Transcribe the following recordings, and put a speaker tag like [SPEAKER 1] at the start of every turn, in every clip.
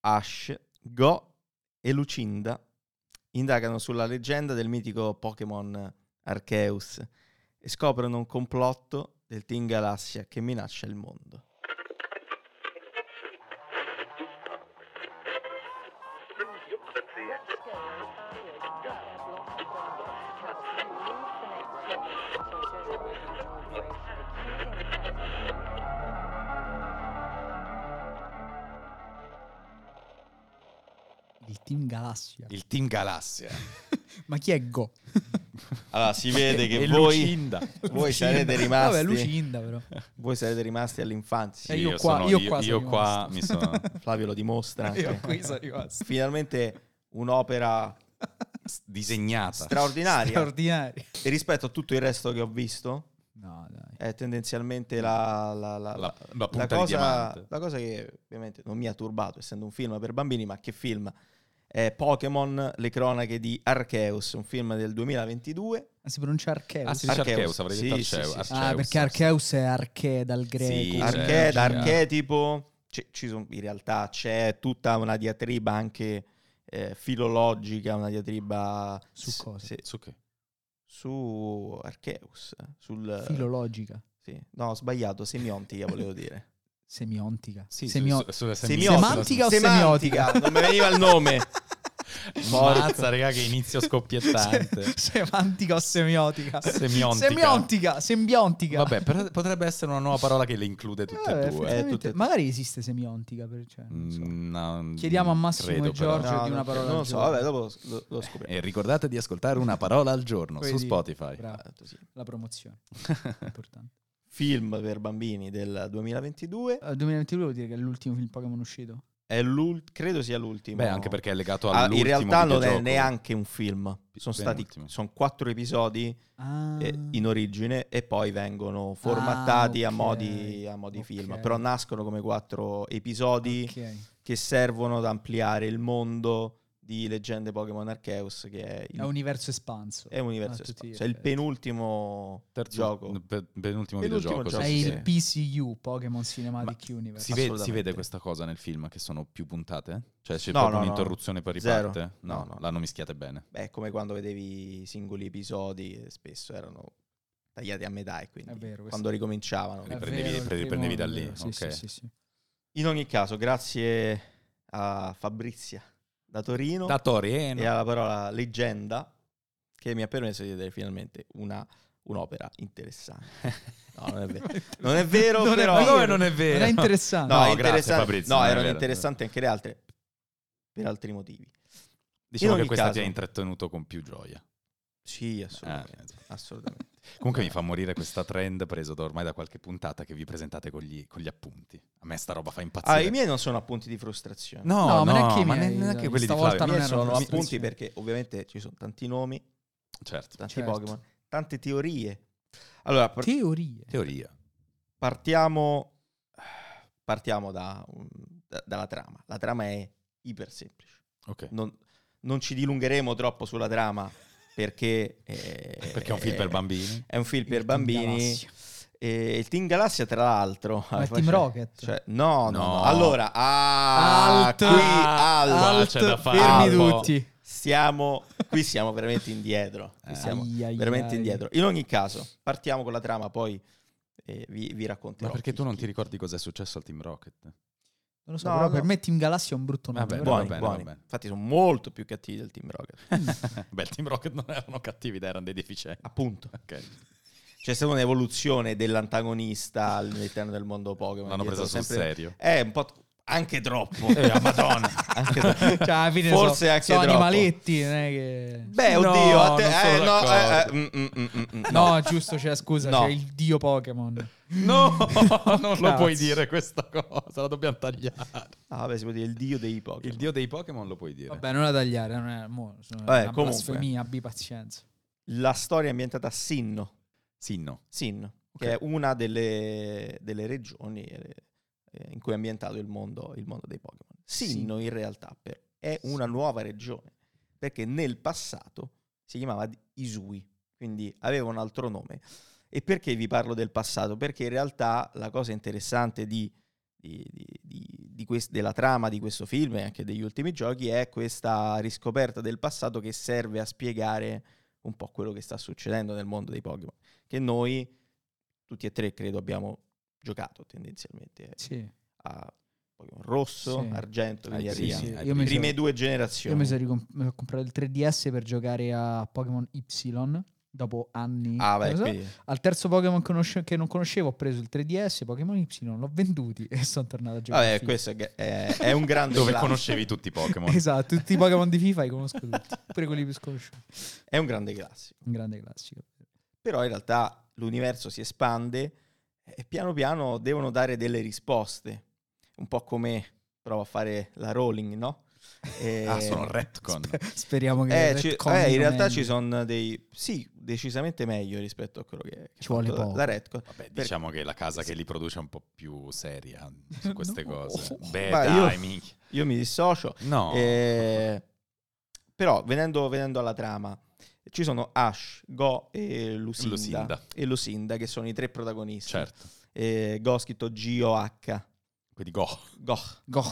[SPEAKER 1] Ash, Go e Lucinda indagano sulla leggenda del mitico Pokémon Arceus e scoprono un complotto del Team Galassia che minaccia il mondo.
[SPEAKER 2] Il Team Galassia.
[SPEAKER 3] Il Team Galassia.
[SPEAKER 2] Ma chi è Go?
[SPEAKER 3] Allora, si vede che
[SPEAKER 1] E
[SPEAKER 3] voi,
[SPEAKER 1] Lucinda.
[SPEAKER 3] voi sarete
[SPEAKER 2] Vabbè,
[SPEAKER 1] rimasti,
[SPEAKER 2] Lucinda però.
[SPEAKER 1] voi sarete rimasti all'infanzia.
[SPEAKER 2] Eh,
[SPEAKER 3] Sì,
[SPEAKER 2] io qua-
[SPEAKER 3] sono-
[SPEAKER 2] io qua sono
[SPEAKER 3] io qua mi
[SPEAKER 2] rimasto.
[SPEAKER 3] sono...
[SPEAKER 1] Flavio lo dimostra
[SPEAKER 2] Io
[SPEAKER 1] anche.
[SPEAKER 2] qui sono rimasto.
[SPEAKER 1] Finalmente un'opera
[SPEAKER 3] s- disegnata.
[SPEAKER 1] straordinaria.
[SPEAKER 2] Straordinari.
[SPEAKER 1] E rispetto a tutto il resto che ho visto,
[SPEAKER 2] No, dai.
[SPEAKER 1] è tendenzialmente la, la- la-
[SPEAKER 3] La,
[SPEAKER 1] la-
[SPEAKER 3] la
[SPEAKER 1] la
[SPEAKER 3] punta di
[SPEAKER 1] cosa,
[SPEAKER 3] diamante.
[SPEAKER 1] la cosa che ovviamente non mi ha turbato, essendo un film per bambini, ma che film? È Pokémon, le cronache di Arceus, un film del 2022.
[SPEAKER 2] Si pronuncia Archeus.
[SPEAKER 3] Ah, si dice
[SPEAKER 1] Arceus.
[SPEAKER 3] Arceus, avrei detto
[SPEAKER 1] Sì, sì,
[SPEAKER 3] Arceu-
[SPEAKER 1] sì.
[SPEAKER 3] Arceus.
[SPEAKER 2] Ah, perché Archeus è Arche dal greco.
[SPEAKER 3] Sì,
[SPEAKER 1] Arche-
[SPEAKER 3] certo,
[SPEAKER 1] da
[SPEAKER 3] certo.
[SPEAKER 1] archetipo, ci- ci sono- in realtà c'è tutta una diatriba anche eh, filologica, una diatriba
[SPEAKER 2] Su
[SPEAKER 1] s-
[SPEAKER 2] cosa?
[SPEAKER 1] sì,
[SPEAKER 3] Su che?
[SPEAKER 1] su Arceus, sul...
[SPEAKER 2] Filologica,
[SPEAKER 1] sì. No, ho sbagliato, semiontica volevo dire.
[SPEAKER 2] semiontica.
[SPEAKER 3] Sì,
[SPEAKER 2] Semio-
[SPEAKER 3] su- su- sulla
[SPEAKER 1] Semiotica.
[SPEAKER 2] Semantica
[SPEAKER 1] Semantica,
[SPEAKER 2] o semiotica?
[SPEAKER 1] non mi veniva il nome. Porca.
[SPEAKER 3] Mazza, raga, che inizio scoppiettante.
[SPEAKER 2] Semantica o semiotica?
[SPEAKER 3] Semiontica.
[SPEAKER 2] Semiontica, sembiontica.
[SPEAKER 3] Vabbè, però potrebbe essere una nuova parola che le include tutte
[SPEAKER 2] Vabbè,
[SPEAKER 3] e due.
[SPEAKER 2] effettivamente-
[SPEAKER 1] Eh, tutte e due.
[SPEAKER 2] Magari esiste semiontica. per- cioè, non so.
[SPEAKER 3] Mm, no,
[SPEAKER 2] Chiediamo a Massimo
[SPEAKER 3] credo,
[SPEAKER 2] e Giorgio.
[SPEAKER 3] però.
[SPEAKER 2] di una
[SPEAKER 1] non-
[SPEAKER 2] parola
[SPEAKER 1] Non lo
[SPEAKER 2] al
[SPEAKER 1] so,
[SPEAKER 2] giorno.
[SPEAKER 1] vabbè, dopo lo, lo scopriamo.
[SPEAKER 3] E ricordate di ascoltare una parola al giorno su
[SPEAKER 2] Vedi?
[SPEAKER 3] Spotify.
[SPEAKER 2] Bravo.
[SPEAKER 1] Ah, sì.
[SPEAKER 2] La promozione. Importante.
[SPEAKER 1] Film per bambini del 2022
[SPEAKER 2] Eh, 2022 vuol dire che è l'ultimo film Pokémon uscito.
[SPEAKER 1] è l'ul- credo sia l'ultimo.
[SPEAKER 3] Beh, anche perché è legato
[SPEAKER 1] Ah,
[SPEAKER 3] all'ultimo
[SPEAKER 1] in realtà non è
[SPEAKER 3] videogioco.
[SPEAKER 1] neanche un film. Sono stati
[SPEAKER 3] Penultimo.
[SPEAKER 1] sono quattro episodi
[SPEAKER 2] Ah.
[SPEAKER 1] eh, in origine e poi vengono formattati
[SPEAKER 2] Ah,
[SPEAKER 1] a
[SPEAKER 2] ok,
[SPEAKER 1] modi, a modi
[SPEAKER 2] ok.
[SPEAKER 1] film. Però nascono come quattro episodi
[SPEAKER 2] Ok.
[SPEAKER 1] che servono ad ampliare il mondo di Leggende Pokémon Arceus, che è il
[SPEAKER 2] È un universo espanso.
[SPEAKER 1] È un universo
[SPEAKER 2] Ah, tutti
[SPEAKER 1] espanso. È il
[SPEAKER 2] gli
[SPEAKER 1] penultimo
[SPEAKER 3] Terzo-
[SPEAKER 1] gioco.
[SPEAKER 3] pe- penultimo
[SPEAKER 1] Penultimo
[SPEAKER 3] videogioco. sì,
[SPEAKER 1] gioco,
[SPEAKER 2] È
[SPEAKER 3] sì,
[SPEAKER 1] sì.
[SPEAKER 2] il PCU, Pokémon Cinematic Universe.
[SPEAKER 3] Si ve- si vede,
[SPEAKER 1] Assolutamente.
[SPEAKER 3] questa cosa nel film che sono più puntate? Cioè c'è
[SPEAKER 1] No,
[SPEAKER 3] proprio
[SPEAKER 1] no, no.
[SPEAKER 3] un'interruzione poi
[SPEAKER 1] Zero.
[SPEAKER 3] riparte? No,
[SPEAKER 1] No, no.
[SPEAKER 3] l'hanno mischiate bene.
[SPEAKER 1] Beh, è come quando vedevi i singoli episodi, eh, spesso erano tagliati a metà e quindi
[SPEAKER 2] È vero, questo-
[SPEAKER 1] quando ricominciavano.
[SPEAKER 2] È
[SPEAKER 3] Riprendevi-
[SPEAKER 2] vero, il
[SPEAKER 3] prendi-
[SPEAKER 2] primo
[SPEAKER 3] prendevi da
[SPEAKER 2] è
[SPEAKER 3] lì,
[SPEAKER 2] vero, sì,
[SPEAKER 3] ok.
[SPEAKER 2] sì, sì, sì.
[SPEAKER 1] In ogni caso, grazie a Fabrizia da Torino
[SPEAKER 3] Da eh, Torino.
[SPEAKER 1] e alla parola leggenda che mi ha permesso di vedere finalmente una- un'opera interessante. No, non è vero. Non è vero,
[SPEAKER 2] Non è
[SPEAKER 1] però...
[SPEAKER 3] Ma
[SPEAKER 2] vero.
[SPEAKER 3] come non è vero?
[SPEAKER 2] Non è interessante.
[SPEAKER 1] No,
[SPEAKER 3] No,
[SPEAKER 1] è
[SPEAKER 3] grazie,
[SPEAKER 1] interessante-
[SPEAKER 3] Fabrizio,
[SPEAKER 1] no,
[SPEAKER 3] non è
[SPEAKER 1] erano
[SPEAKER 3] vero.
[SPEAKER 1] interessanti anche le altre per altri motivi.
[SPEAKER 3] Diciamo
[SPEAKER 1] in
[SPEAKER 3] che
[SPEAKER 1] ogni
[SPEAKER 3] questa ti
[SPEAKER 1] caso-
[SPEAKER 3] ha intrattenuto con più gioia.
[SPEAKER 1] Sì, assolutamente.
[SPEAKER 3] Eh, esatto.
[SPEAKER 1] assolutamente.
[SPEAKER 3] Comunque mi fa morire questa trend preso da ormai da qualche puntata che vi presentate con gli, con gli appunti. A me sta roba fa
[SPEAKER 1] Ah,
[SPEAKER 3] impazzire.
[SPEAKER 1] i miei non sono appunti di frustrazione.
[SPEAKER 2] No,
[SPEAKER 3] No, no,
[SPEAKER 2] ma neanche i
[SPEAKER 3] ma
[SPEAKER 2] miei,
[SPEAKER 3] ne- neanche
[SPEAKER 2] dai,
[SPEAKER 3] quelli di
[SPEAKER 2] stavolta
[SPEAKER 3] Flavio.
[SPEAKER 2] non
[SPEAKER 1] miei
[SPEAKER 2] erano
[SPEAKER 1] sono
[SPEAKER 2] frustrazioni.
[SPEAKER 1] appunti perché ovviamente ci sono tanti nomi,
[SPEAKER 3] Certo.
[SPEAKER 1] tanti
[SPEAKER 2] Certo.
[SPEAKER 1] Pokémon, tante teorie. Allora, par-
[SPEAKER 2] Teorie.
[SPEAKER 3] Teoria.
[SPEAKER 1] partiamo, partiamo da un- da- dalla trama. La trama è iper semplice.
[SPEAKER 3] Ok.
[SPEAKER 1] Non, non ci dilungheremo troppo sulla trama perché... eh,
[SPEAKER 3] Perché è un film per bambini.
[SPEAKER 1] È un film per
[SPEAKER 2] Il Team
[SPEAKER 1] bambini. ah,
[SPEAKER 2] Galassia.
[SPEAKER 1] E il Team Galassia, tra l'altro...
[SPEAKER 2] Ma il Team Rocket.
[SPEAKER 1] Cioè, no, no, no.
[SPEAKER 3] No.
[SPEAKER 1] Allora, ah,
[SPEAKER 2] Alt.
[SPEAKER 1] qui, alt.
[SPEAKER 3] Alt. Ah, c'è da fare.
[SPEAKER 2] Fermi
[SPEAKER 1] Albo.
[SPEAKER 2] tutti.
[SPEAKER 1] Siamo, qui siamo veramente indietro. Qui
[SPEAKER 3] Eh.
[SPEAKER 1] siamo
[SPEAKER 2] Ai, ai,
[SPEAKER 1] veramente
[SPEAKER 2] ai.
[SPEAKER 1] indietro. In ogni caso, partiamo con la trama, poi eh, vi, vi racconterò.
[SPEAKER 3] Ma perché
[SPEAKER 1] chi-
[SPEAKER 3] tu non ti
[SPEAKER 1] chi-
[SPEAKER 3] ricordi cosa è successo al Team Rocket?
[SPEAKER 2] Non lo so,
[SPEAKER 1] No,
[SPEAKER 2] però
[SPEAKER 1] no.
[SPEAKER 2] per me Team Galassia è un brutto nome.
[SPEAKER 3] Vabbè,
[SPEAKER 2] però-
[SPEAKER 1] Buoni,
[SPEAKER 3] Va bene,
[SPEAKER 1] buoni.
[SPEAKER 3] va bene.
[SPEAKER 1] Infatti sono molto più cattivi del Team Rocket.
[SPEAKER 3] Beh, il Team Rocket non erano cattivi, dai, erano dei deficienti.
[SPEAKER 1] Appunto.
[SPEAKER 3] Ok.
[SPEAKER 1] C'è stata un'evoluzione dell'antagonista all'interno del mondo Pokémon.
[SPEAKER 3] L'hanno
[SPEAKER 1] Dietro
[SPEAKER 3] presa sul
[SPEAKER 1] sempre-
[SPEAKER 3] serio.
[SPEAKER 1] Eh, un po' t- anche troppo.
[SPEAKER 3] Eh, Madonna.
[SPEAKER 1] Anche
[SPEAKER 2] cioè,
[SPEAKER 1] troppo.
[SPEAKER 2] alla fine
[SPEAKER 1] Forse
[SPEAKER 2] so-
[SPEAKER 1] anche
[SPEAKER 2] sono
[SPEAKER 1] troppo.
[SPEAKER 2] animaletti, non è che...
[SPEAKER 1] Beh,
[SPEAKER 3] No,
[SPEAKER 1] oddio, a
[SPEAKER 3] non
[SPEAKER 1] te...
[SPEAKER 3] sono
[SPEAKER 1] eh, no, eh, eh,
[SPEAKER 3] d'accordo.
[SPEAKER 1] mm, mm, mm, mm, mm,
[SPEAKER 2] No, giusto, c'è scusa,
[SPEAKER 1] No.
[SPEAKER 2] c'è il dio Pokémon.
[SPEAKER 3] No, non lo
[SPEAKER 2] Cazzo.
[SPEAKER 3] puoi dire questa cosa, la dobbiamo tagliare.
[SPEAKER 1] Ah, vabbè, si può dire il dio dei Pokémon.
[SPEAKER 3] Il dio dei Pokémon lo puoi dire.
[SPEAKER 2] Vabbè, non la tagliare, non è, mo, sono
[SPEAKER 1] Vabbè,
[SPEAKER 2] una
[SPEAKER 1] Eh, comunque.
[SPEAKER 2] blasfemia, abbi pazienza.
[SPEAKER 1] La storia è ambientata a Sinnoh.
[SPEAKER 3] Sì, no.
[SPEAKER 1] Sin,
[SPEAKER 3] Ok.
[SPEAKER 1] che è una delle, delle regioni eh, eh, in cui è ambientato il mondo, il mondo dei Pokémon. Sinnoh in realtà per- è una nuova regione, perché nel passato si chiamava di- Isui, quindi aveva un altro nome. E perché vi parlo del passato? Perché in realtà la cosa interessante di, di- di- di- di quest- della trama di questo film e anche degli ultimi giochi è questa riscoperta del passato che serve a spiegare un po' quello che sta succedendo nel mondo dei Pokémon, che noi tutti e tre credo abbiamo giocato tendenzialmente
[SPEAKER 2] Sì.
[SPEAKER 1] a Pokémon rosso,
[SPEAKER 2] Sì.
[SPEAKER 1] argento, quindi
[SPEAKER 3] Ah,
[SPEAKER 1] le
[SPEAKER 3] sì,
[SPEAKER 2] sì,
[SPEAKER 3] ai
[SPEAKER 2] io mi
[SPEAKER 1] prime
[SPEAKER 2] sono-
[SPEAKER 1] due
[SPEAKER 2] Io
[SPEAKER 1] generazioni.
[SPEAKER 2] mi sono ricom- mi ho comprato il 3DS per giocare a Pokémon Y dopo anni.
[SPEAKER 1] Ah,
[SPEAKER 2] non
[SPEAKER 1] beh,
[SPEAKER 2] lo so.
[SPEAKER 1] quindi-
[SPEAKER 2] Al terzo Pokémon conosce- che non conoscevo ho preso il 3DS, Pokémon Y, l'ho venduti e sono tornato a giocare. a
[SPEAKER 1] vabbè,
[SPEAKER 2] FIFA.
[SPEAKER 1] questo è, è- è un grande
[SPEAKER 3] Dove
[SPEAKER 1] plagio.
[SPEAKER 3] conoscevi tutti i Pokémon.
[SPEAKER 2] Esatto, tutti i Pokémon di FIFA li conosco tutti, pure quelli più sconosciuti.
[SPEAKER 1] È un grande classico.
[SPEAKER 2] Un grande classico.
[SPEAKER 1] Però in realtà l'universo si espande e piano piano devono dare delle risposte. Un po' come prova a fare la Rowling, no? E-
[SPEAKER 3] Ah, sono retcon.
[SPEAKER 2] Speriamo che
[SPEAKER 1] Eh,
[SPEAKER 2] il
[SPEAKER 1] ci-
[SPEAKER 2] retcon
[SPEAKER 1] eh, in
[SPEAKER 2] non
[SPEAKER 1] realtà
[SPEAKER 2] è-
[SPEAKER 1] ci sono dei... Sì, decisamente meglio rispetto a quello che... che
[SPEAKER 2] Ci
[SPEAKER 1] ha
[SPEAKER 2] vuole
[SPEAKER 1] fatto la-
[SPEAKER 2] poco.
[SPEAKER 1] La Redcon.
[SPEAKER 3] Vabbè, diciamo che la casa che li produce è un po' più seria su queste
[SPEAKER 2] No.
[SPEAKER 3] cose. Beh,
[SPEAKER 1] Ma io-
[SPEAKER 3] dai, minchia.
[SPEAKER 1] Io mi dissocio.
[SPEAKER 3] No.
[SPEAKER 1] Eh, però venendo, venendo alla trama, ci sono Ash, Go e Lucinda,
[SPEAKER 3] Lucinda.
[SPEAKER 1] E Lucinda, che sono i tre protagonisti.
[SPEAKER 3] Certo.
[SPEAKER 1] Eh, Go scritto G-O-H.
[SPEAKER 3] Quindi go.
[SPEAKER 1] Go.
[SPEAKER 2] Go.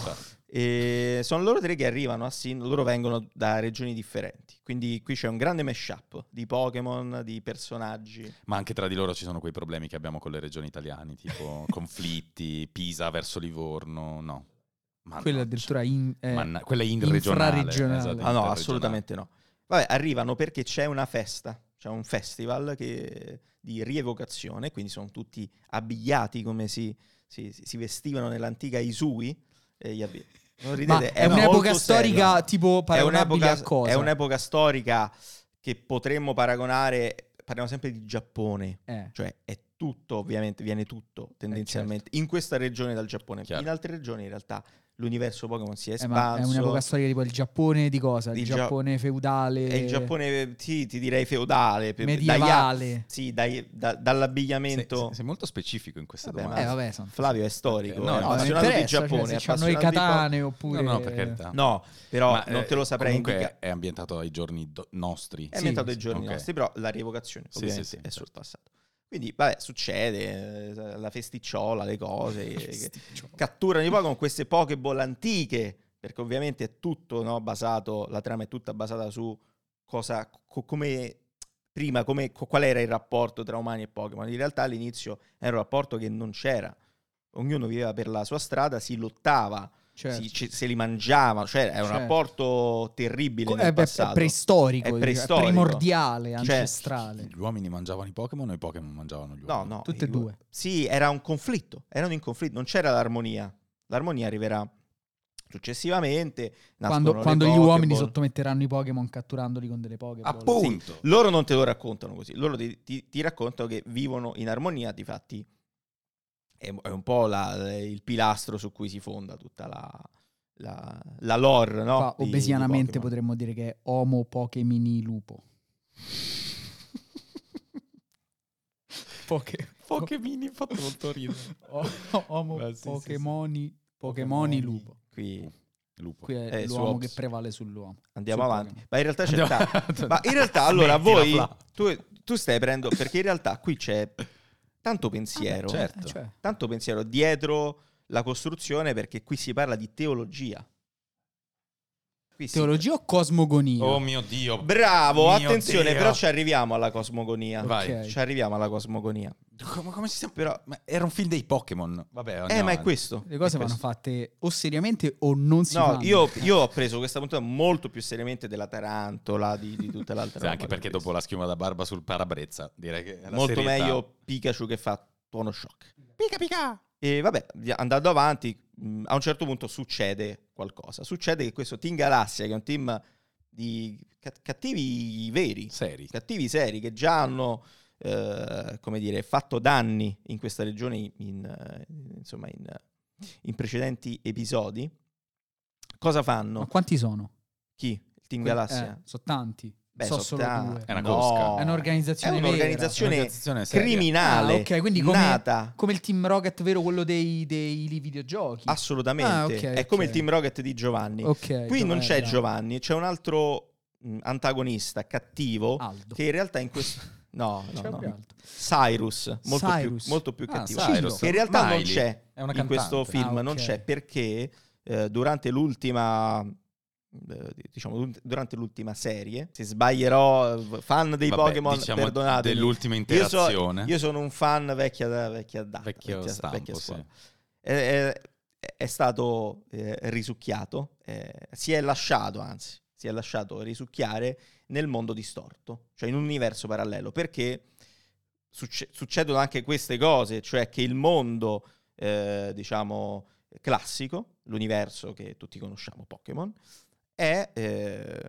[SPEAKER 1] E sono loro tre che arrivano a Sin, loro vengono da regioni differenti. Quindi qui c'è un grande mashup di Pokémon, di personaggi.
[SPEAKER 3] Ma anche tra di loro ci sono quei problemi che abbiamo con le regioni italiane, tipo conflitti, Pisa verso Livorno, no. Mannaggia.
[SPEAKER 2] Quello addirittura in... eh,
[SPEAKER 3] Manna- quella è in regionale.
[SPEAKER 2] infraregionale.
[SPEAKER 1] Ah no,
[SPEAKER 3] interregionale.
[SPEAKER 1] assolutamente no. Vabbè, arrivano perché c'è una festa, c'è un festival che- di rievocazione, quindi sono tutti abbigliati come si, si- si vestivano nell'antica Isui. E gli abbi- non
[SPEAKER 2] ma
[SPEAKER 1] ridete,
[SPEAKER 2] è
[SPEAKER 1] molto
[SPEAKER 2] un'epoca
[SPEAKER 1] serio.
[SPEAKER 2] storica tipo
[SPEAKER 1] è
[SPEAKER 2] paragonabile
[SPEAKER 1] un'epoca,
[SPEAKER 2] a cosa? Eh.
[SPEAKER 1] è un'epoca storica che potremmo paragonare, parliamo sempre di Giappone,
[SPEAKER 2] Eh,
[SPEAKER 1] cioè è tutto ovviamente, viene tutto tendenzialmente in questa regione dal Giappone,
[SPEAKER 3] Eh, certo. Chiaro.
[SPEAKER 1] in altre regioni in realtà l'universo Pokémon si è
[SPEAKER 2] eh, ma è
[SPEAKER 1] espanso.
[SPEAKER 2] un'epoca storica tipo il Giappone di cosa?
[SPEAKER 1] Di
[SPEAKER 2] il
[SPEAKER 1] Gia-
[SPEAKER 2] Giappone feudale,
[SPEAKER 1] è il Giappone, sì, ti direi feudale, pe- dagli-
[SPEAKER 2] medievale.
[SPEAKER 1] sì, dai- da-
[SPEAKER 3] Sei,
[SPEAKER 1] dall'abbigliamento.
[SPEAKER 3] sei- sei molto specifico in queste
[SPEAKER 1] Vabbè, ma-
[SPEAKER 2] Eh
[SPEAKER 3] domande.
[SPEAKER 2] vabbè, sono...
[SPEAKER 1] Flavio è storico,
[SPEAKER 3] No,
[SPEAKER 1] è
[SPEAKER 3] no,
[SPEAKER 2] mi
[SPEAKER 1] appassionato di
[SPEAKER 2] interessa, cioè,
[SPEAKER 1] Giappone, è
[SPEAKER 2] se c'hanno
[SPEAKER 1] appassionato
[SPEAKER 2] i
[SPEAKER 1] di Pokémon.
[SPEAKER 2] katane oppure...
[SPEAKER 3] No, no, per carità.
[SPEAKER 1] No, però
[SPEAKER 3] Ma,
[SPEAKER 1] non
[SPEAKER 3] eh,
[SPEAKER 1] te lo saprei Eh,
[SPEAKER 3] comunque
[SPEAKER 1] indicare.
[SPEAKER 3] è ambientato ai giorni do- nostri.
[SPEAKER 1] È
[SPEAKER 2] Sì,
[SPEAKER 1] aumentato
[SPEAKER 2] sì,
[SPEAKER 1] i giorni
[SPEAKER 3] ok.
[SPEAKER 1] nostri, però la rievocazione
[SPEAKER 3] Sì,
[SPEAKER 1] ovviamente
[SPEAKER 3] sì, sì,
[SPEAKER 1] è sul
[SPEAKER 3] certo.
[SPEAKER 1] passato. Quindi, vabbè, succede, eh, la festicciola, le cose, che- Eh, che catturano i Pokémon, queste Pokéball antiche, perché ovviamente è tutto no, basato, la trama è tutta basata su cosa, co- come prima, come, co- qual era il rapporto tra umani e Pokémon. In realtà all'inizio era un rapporto che non c'era, ognuno viveva per la sua strada, si lottava,
[SPEAKER 2] Certo.
[SPEAKER 1] si- ci- se li mangiavano, cioè è un
[SPEAKER 2] Certo.
[SPEAKER 1] rapporto terribile
[SPEAKER 2] Co-
[SPEAKER 1] nel
[SPEAKER 2] È, pre-
[SPEAKER 1] passato.
[SPEAKER 2] è preistorico,
[SPEAKER 1] È
[SPEAKER 2] dico, è
[SPEAKER 1] preistorico.
[SPEAKER 2] primordiale,
[SPEAKER 1] Cioè,
[SPEAKER 2] ancestrale.
[SPEAKER 3] Gli uomini mangiavano i Pokémon o i Pokémon mangiavano gli
[SPEAKER 1] No,
[SPEAKER 3] uomini?
[SPEAKER 1] no.
[SPEAKER 2] Tutte e
[SPEAKER 1] il-
[SPEAKER 2] due.
[SPEAKER 1] Sì, era un conflitto, erano in conflitto, non c'era l'armonia. L'armonia arriverà successivamente.
[SPEAKER 2] Quando,
[SPEAKER 1] nascono le
[SPEAKER 2] quando gli
[SPEAKER 1] Pokéball.
[SPEAKER 2] uomini sottometteranno i Pokémon catturandoli con delle Pokéball.
[SPEAKER 1] Appunto.
[SPEAKER 3] Punto.
[SPEAKER 1] Loro non te lo raccontano così, loro ti, ti- ti raccontano che vivono in armonia, difatti è, è un po' la- il pilastro su cui si fonda tutta la, la, la lore, no?
[SPEAKER 2] Qua,
[SPEAKER 1] di- di
[SPEAKER 2] obesianamente
[SPEAKER 1] Pokémon.
[SPEAKER 2] potremmo dire che è Homo Pokémini Lupo. Poche...
[SPEAKER 3] Pokémini fatto molto ridere.
[SPEAKER 2] O- o- Oh, Homo
[SPEAKER 3] Beh, sì, sì,
[SPEAKER 2] Pokémoni, Pokémoni Lupo.
[SPEAKER 1] Qui
[SPEAKER 3] Lupo.
[SPEAKER 2] Qui è
[SPEAKER 1] Eh, su
[SPEAKER 2] l'uomo
[SPEAKER 1] Ops.
[SPEAKER 2] che prevale sull'uomo.
[SPEAKER 1] andiamo
[SPEAKER 2] Sul
[SPEAKER 1] avanti,
[SPEAKER 2] Pokémon.
[SPEAKER 1] ma in realtà c'è
[SPEAKER 3] Andiamo-
[SPEAKER 1] tanto. Ma in realtà allora
[SPEAKER 3] Smettila,
[SPEAKER 1] voi
[SPEAKER 3] Fla.
[SPEAKER 1] tu, tu stai prendendo perché in realtà qui c'è tanto pensiero,
[SPEAKER 3] Ah, beh, certo.
[SPEAKER 2] Eh, cioè,
[SPEAKER 1] tanto pensiero dietro la costruzione perché qui si parla di teologia. Qui si-
[SPEAKER 2] teologia o cosmogonia?
[SPEAKER 3] Oh mio Dio.
[SPEAKER 1] Bravo,
[SPEAKER 3] Mio
[SPEAKER 1] attenzione,
[SPEAKER 3] Dio.
[SPEAKER 1] però ci arriviamo alla cosmogonia.
[SPEAKER 3] Vai.
[SPEAKER 2] Ok.
[SPEAKER 1] Ci arriviamo alla cosmogonia.
[SPEAKER 3] Come, come si chiama? Però, ma era un film dei Pokémon. Vabbè, andiamo
[SPEAKER 1] eh, ma è
[SPEAKER 3] avanti.
[SPEAKER 1] questo.
[SPEAKER 2] Le cose
[SPEAKER 1] È
[SPEAKER 2] vanno
[SPEAKER 1] questo.
[SPEAKER 2] fatte o seriamente o non si
[SPEAKER 1] No,
[SPEAKER 2] fanno. Eh,
[SPEAKER 1] io, io ho preso questa puntata molto più seriamente della Tarantola, di, di tutte le altre
[SPEAKER 3] Sì,
[SPEAKER 1] robe
[SPEAKER 3] anche
[SPEAKER 1] che ho
[SPEAKER 3] perché
[SPEAKER 1] preso.
[SPEAKER 3] dopo la schiuma da barba sul parabrezza, direi che è la
[SPEAKER 1] Molto
[SPEAKER 3] serietà.
[SPEAKER 1] meglio Pikachu che fa tuono shock.
[SPEAKER 3] Pica pica.
[SPEAKER 1] E vabbè, via- andando avanti, mh, a un certo punto succede qualcosa. Succede che questo Team Galassia, che è un team di ca- cattivi veri,
[SPEAKER 3] Seri.
[SPEAKER 1] cattivi seri, che già hanno, eh, come dire, fatto danni in questa regione, in, eh, insomma, in, eh, in precedenti episodi, cosa
[SPEAKER 2] Ma
[SPEAKER 1] fanno?
[SPEAKER 2] quanti sono?
[SPEAKER 1] Chi? Il Team
[SPEAKER 2] Que-
[SPEAKER 1] Galassia?
[SPEAKER 2] eh, sono tanti.
[SPEAKER 1] Beh,
[SPEAKER 2] so
[SPEAKER 1] sono
[SPEAKER 2] solo
[SPEAKER 1] ta-
[SPEAKER 2] due.
[SPEAKER 3] È una
[SPEAKER 1] No,
[SPEAKER 3] cosca.
[SPEAKER 2] È un'organizzazione
[SPEAKER 1] È
[SPEAKER 2] vera.
[SPEAKER 1] un'organizzazione
[SPEAKER 3] Organizzazione seria.
[SPEAKER 1] criminale,
[SPEAKER 2] Ah, ok, quindi come-
[SPEAKER 1] nata
[SPEAKER 2] Come il Team Rocket, vero quello dei, dei li- videogiochi.
[SPEAKER 1] assolutamente.
[SPEAKER 2] Ah, ok,
[SPEAKER 1] È come
[SPEAKER 2] ok.
[SPEAKER 1] il Team Rocket di Giovanni.
[SPEAKER 2] Ok,
[SPEAKER 1] Qui non
[SPEAKER 2] dov'era?
[SPEAKER 1] c'è Giovanni, c'è un altro mh, mm, antagonista cattivo
[SPEAKER 2] Aldo.
[SPEAKER 1] che in realtà in questo... No, no,
[SPEAKER 2] C'è
[SPEAKER 1] no.
[SPEAKER 2] un altro.
[SPEAKER 1] Cyrus, molto
[SPEAKER 2] Cyrus.
[SPEAKER 1] più, molto più
[SPEAKER 3] Ah,
[SPEAKER 1] cattivo.
[SPEAKER 3] Cyrus.
[SPEAKER 1] Che in realtà non
[SPEAKER 3] Miley.
[SPEAKER 1] c'è
[SPEAKER 3] È una
[SPEAKER 1] in questo
[SPEAKER 3] cantante.
[SPEAKER 1] film,
[SPEAKER 2] Ah, ok.
[SPEAKER 1] non c'è perché eh, durante l'ultima eh, diciamo du- durante l'ultima serie se sbaglierò eh, fan dei
[SPEAKER 3] Vabbè,
[SPEAKER 1] Pokémon
[SPEAKER 3] diciamo
[SPEAKER 1] perdonatemi
[SPEAKER 3] Dell'ultima
[SPEAKER 1] Io so-
[SPEAKER 3] interazione.
[SPEAKER 1] io sono un fan vecchia da- vecchia data
[SPEAKER 3] vecchio
[SPEAKER 1] vecchia-
[SPEAKER 3] stampo,
[SPEAKER 1] vecchia
[SPEAKER 3] sì.
[SPEAKER 1] scuola. è, è- è stato eh, risucchiato, eh, si è lasciato, anzi, si è lasciato risucchiare nel mondo distorto, cioè in un universo parallelo, perché succe- succedono anche queste cose, cioè che il mondo, eh, diciamo, classico, l'universo che tutti conosciamo, Pokémon, è, eh,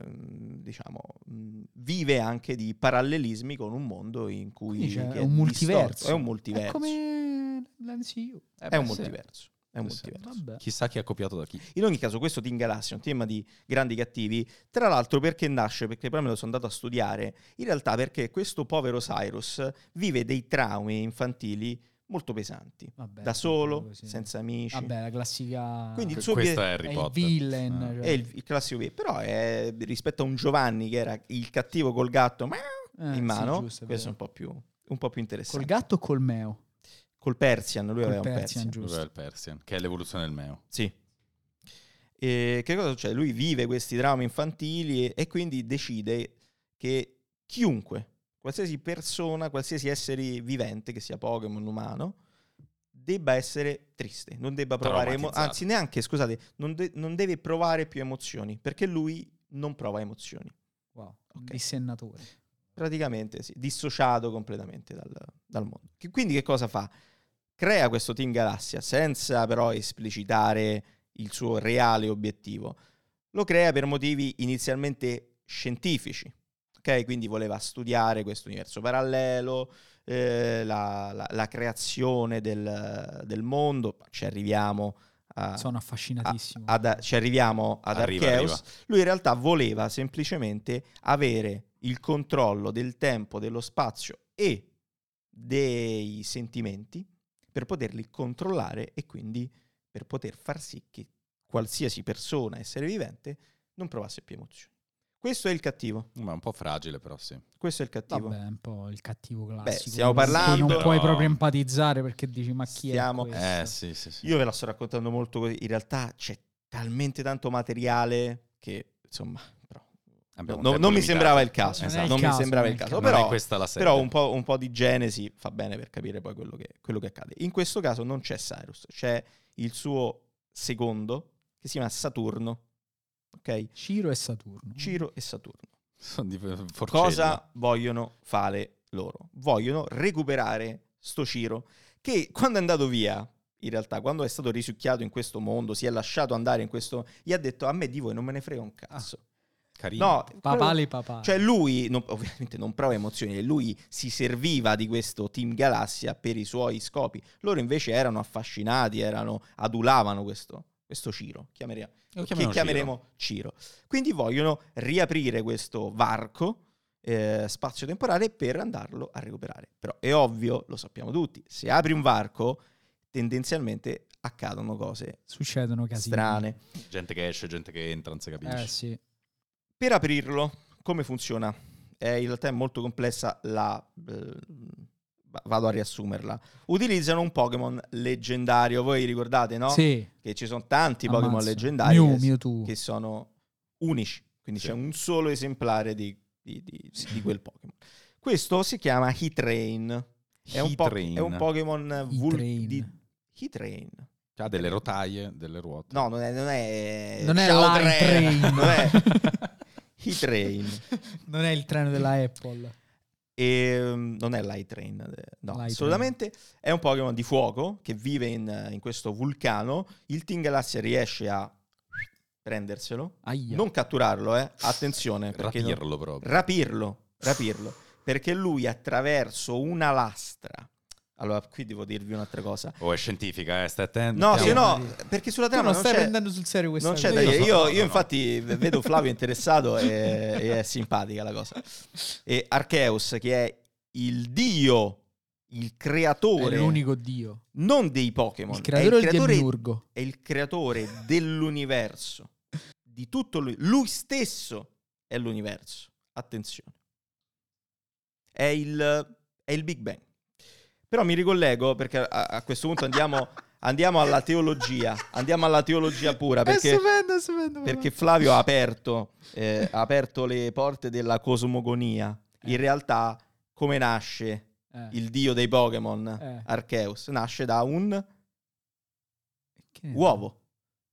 [SPEAKER 1] diciamo, mh, vive anche di parallelismi con un mondo in cui
[SPEAKER 2] Quindi c'è
[SPEAKER 1] che è
[SPEAKER 2] un multiverso.
[SPEAKER 1] distorto, È un multiverso.
[SPEAKER 2] È come l'MCU.
[SPEAKER 3] Eh,
[SPEAKER 1] È
[SPEAKER 3] beh,
[SPEAKER 1] un
[SPEAKER 3] sì.
[SPEAKER 1] multiverso. È un
[SPEAKER 3] Sì, sì.
[SPEAKER 1] multiverso.
[SPEAKER 2] Vabbè.
[SPEAKER 3] Chissà chi ha copiato da chi.
[SPEAKER 1] In ogni caso, questo Team Galassia è un tema di grandi cattivi. Tra l'altro, perché nasce? Perché poi me lo sono andato a studiare. In realtà, perché questo povero Cyrus vive dei traumi infantili molto pesanti.
[SPEAKER 2] Vabbè,
[SPEAKER 1] da
[SPEAKER 2] sì,
[SPEAKER 1] solo,
[SPEAKER 2] quello sì.
[SPEAKER 1] senza amici.
[SPEAKER 2] Vabbè, la classica...
[SPEAKER 1] Quindi il
[SPEAKER 3] Que-
[SPEAKER 1] suo
[SPEAKER 3] Questo
[SPEAKER 1] vie-
[SPEAKER 3] è Harry
[SPEAKER 2] è il
[SPEAKER 3] Potter.
[SPEAKER 2] villain,
[SPEAKER 3] Ah.
[SPEAKER 2] cioè.
[SPEAKER 1] È il, il classico vie- Però è, rispetto a un Giovanni che era il cattivo col gatto meow,
[SPEAKER 2] Eh, sì,
[SPEAKER 1] in mano,
[SPEAKER 2] giusto, è
[SPEAKER 1] questo è un
[SPEAKER 2] vero.
[SPEAKER 1] po' più, un po' più interessante.
[SPEAKER 2] Col gatto o col meo?
[SPEAKER 1] Col Persian, lui
[SPEAKER 2] Col
[SPEAKER 1] aveva
[SPEAKER 2] Persian,
[SPEAKER 1] un Persian.
[SPEAKER 3] Quello è
[SPEAKER 2] giusto.
[SPEAKER 3] il Persian, che è l'evoluzione del Meo.
[SPEAKER 1] Sì. E che cosa succede? Lui vive questi traumi infantili e, e quindi decide che chiunque, qualsiasi persona, qualsiasi essere vivente, che sia Pokémon, umano, debba essere triste, non debba provare, emo-
[SPEAKER 3] Traumatizzato.
[SPEAKER 1] anzi neanche, scusate, non, de- non deve provare più emozioni, perché lui non prova emozioni,
[SPEAKER 2] Wow,
[SPEAKER 1] Ok.
[SPEAKER 2] dissennatore.
[SPEAKER 1] praticamente sì, dissociato completamente dal, dal mondo. Che- quindi che cosa fa? Crea questo Team Galassia senza però esplicitare il suo reale obiettivo. Lo crea per motivi inizialmente scientifici, ok? Quindi voleva studiare questo universo parallelo, eh, la, la- la creazione del, del mondo, ci arriviamo a,
[SPEAKER 2] Sono affascinatissimo.
[SPEAKER 1] ad- ci arriviamo ad
[SPEAKER 3] Arriva,
[SPEAKER 1] Arceus.
[SPEAKER 3] arriva.
[SPEAKER 1] Lui in realtà voleva semplicemente avere il controllo del tempo, dello spazio e dei sentimenti per poterli controllare e quindi per poter far sì che qualsiasi persona, essere vivente, non provasse più emozioni. Questo è il cattivo.
[SPEAKER 3] Ma è un po' fragile, però sì.
[SPEAKER 1] Questo è il cattivo.
[SPEAKER 2] Vabbè, è un po' il cattivo classico.
[SPEAKER 1] stiamo
[SPEAKER 2] Non puoi-
[SPEAKER 1] parlando-
[SPEAKER 2] Non puoi
[SPEAKER 3] Però-
[SPEAKER 2] proprio empatizzare perché dici, ma chi
[SPEAKER 1] Stiamo-
[SPEAKER 2] è questo?
[SPEAKER 3] Eh, sì, sì, sì.
[SPEAKER 1] Io ve la sto raccontando molto così. In realtà c'è talmente tanto materiale che, insomma, però, no-
[SPEAKER 3] Abbiamo un
[SPEAKER 1] non
[SPEAKER 3] tempo
[SPEAKER 1] mi
[SPEAKER 3] limitato. Esatto.
[SPEAKER 1] sembrava il caso. esatto,
[SPEAKER 2] Non è
[SPEAKER 1] Non,
[SPEAKER 2] il
[SPEAKER 1] mi
[SPEAKER 2] caso,
[SPEAKER 1] sembrava
[SPEAKER 2] non
[SPEAKER 1] il
[SPEAKER 2] è il
[SPEAKER 1] caso.
[SPEAKER 2] caso.
[SPEAKER 3] Non
[SPEAKER 1] Però,
[SPEAKER 3] è questa la serie.
[SPEAKER 1] però un, po', un po' di genesi fa bene per capire poi quello che, quello che accade. In questo caso non c'è Cyrus, c'è il suo secondo che si chiama Saturno. Ok?
[SPEAKER 2] Ciro e Saturno.
[SPEAKER 1] Ciro e Saturno.
[SPEAKER 3] Sono di forcella.
[SPEAKER 1] Cosa vogliono fare loro? Vogliono recuperare sto Ciro che quando è andato via, in realtà, quando è stato risucchiato in questo mondo, si è lasciato andare in questo... Gli ha detto a me di voi non me ne frega un cazzo.
[SPEAKER 3] Carino.
[SPEAKER 1] No, quello-
[SPEAKER 2] Papale papà.
[SPEAKER 1] cioè lui, non- ovviamente non prova emozioni, lui si serviva di questo Team Galassia per i suoi scopi. Loro invece erano affascinati, erano, adulavano questo, questo Ciro, chiameremo,
[SPEAKER 3] Lo
[SPEAKER 1] che
[SPEAKER 3] chiamiamo
[SPEAKER 1] chiameremo Ciro. Quindi vogliono riaprire questo varco eh, spazio-temporale per andarlo a recuperare. Però è ovvio, lo sappiamo tutti, se apri un varco tendenzialmente accadono cose
[SPEAKER 2] Succedono casini.
[SPEAKER 1] strane.
[SPEAKER 3] Ciro. Gente che esce, gente che entra, non si capisce.
[SPEAKER 2] Eh sì.
[SPEAKER 1] Per aprirlo, come funziona? Eh, in realtà è molto complessa, la, eh, va- vado a riassumerla. Utilizzano un Pokémon leggendario, voi ricordate, no?
[SPEAKER 2] Sì.
[SPEAKER 1] Che ci sono tanti
[SPEAKER 2] ammazza.
[SPEAKER 1] Pokémon leggendari
[SPEAKER 2] Mew,
[SPEAKER 1] che,
[SPEAKER 2] Mewtwo.
[SPEAKER 1] che sono unici, quindi
[SPEAKER 3] Sì.
[SPEAKER 1] c'è un solo esemplare di, di- di-
[SPEAKER 2] Sì.
[SPEAKER 1] di quel Pokémon. Questo si chiama Heatrain. È un, po-
[SPEAKER 3] Heatrain.
[SPEAKER 1] è un Pokémon vul-
[SPEAKER 2] Heatrain.
[SPEAKER 1] di Heatrain.
[SPEAKER 3] Ha delle rotaie, delle ruote.
[SPEAKER 1] No, non è... Non è,
[SPEAKER 2] Non è
[SPEAKER 1] Eh, Ciao,
[SPEAKER 2] la
[SPEAKER 1] Tre.
[SPEAKER 2] Train.
[SPEAKER 1] Non è Heatrain.
[SPEAKER 2] Non è il treno della Apple.
[SPEAKER 1] E, mm, non è Light Train, eh, no,
[SPEAKER 2] Light
[SPEAKER 1] assolutamente. È un Pokémon di fuoco che vive in, in questo vulcano. Il Team Galassia riesce a prenderselo,
[SPEAKER 2] Aia.
[SPEAKER 1] non catturarlo, eh. attenzione, perché non-
[SPEAKER 3] Rapirlo proprio.
[SPEAKER 1] rapirlo, rapirlo, perché lui attraverso una lastra. Allora, qui devo dirvi un'altra cosa.
[SPEAKER 3] O è scientifica, eh, stai attento.
[SPEAKER 1] No,
[SPEAKER 2] Andiamo.
[SPEAKER 1] se no, perché sulla
[SPEAKER 2] Tu
[SPEAKER 1] trama
[SPEAKER 2] non
[SPEAKER 1] non
[SPEAKER 2] stai
[SPEAKER 1] c'è,
[SPEAKER 2] prendendo sul serio questa
[SPEAKER 1] non c'è da
[SPEAKER 2] cosa.
[SPEAKER 3] Io
[SPEAKER 1] dire.
[SPEAKER 3] so-
[SPEAKER 1] Io,
[SPEAKER 3] no,
[SPEAKER 1] io
[SPEAKER 3] no.
[SPEAKER 1] infatti vedo Flavio interessato e, e è simpatica la cosa. E Archeus, che è il dio, il creatore,
[SPEAKER 2] È l'unico dio.
[SPEAKER 1] non dei Pokémon,
[SPEAKER 2] Il
[SPEAKER 1] è,
[SPEAKER 2] creatore
[SPEAKER 1] eh, il
[SPEAKER 2] del
[SPEAKER 1] creatore
[SPEAKER 2] demiurgo.
[SPEAKER 1] è il creatore dell'universo, di tutto lui. Lui stesso è l'universo, attenzione. è il, è il Big Bang. Però mi ricollego perché a, a questo punto andiamo, andiamo alla teologia, andiamo alla teologia pura
[SPEAKER 2] è
[SPEAKER 1] perché,
[SPEAKER 2] stupendo, è stupendo.
[SPEAKER 1] perché Flavio ha aperto, eh, ha aperto le porte della cosmogonia. In realtà come nasce
[SPEAKER 2] Eh,
[SPEAKER 1] il dio dei Pokémon,
[SPEAKER 2] Eh.
[SPEAKER 1] Arceus? Nasce da un
[SPEAKER 2] che ne-
[SPEAKER 1] uovo.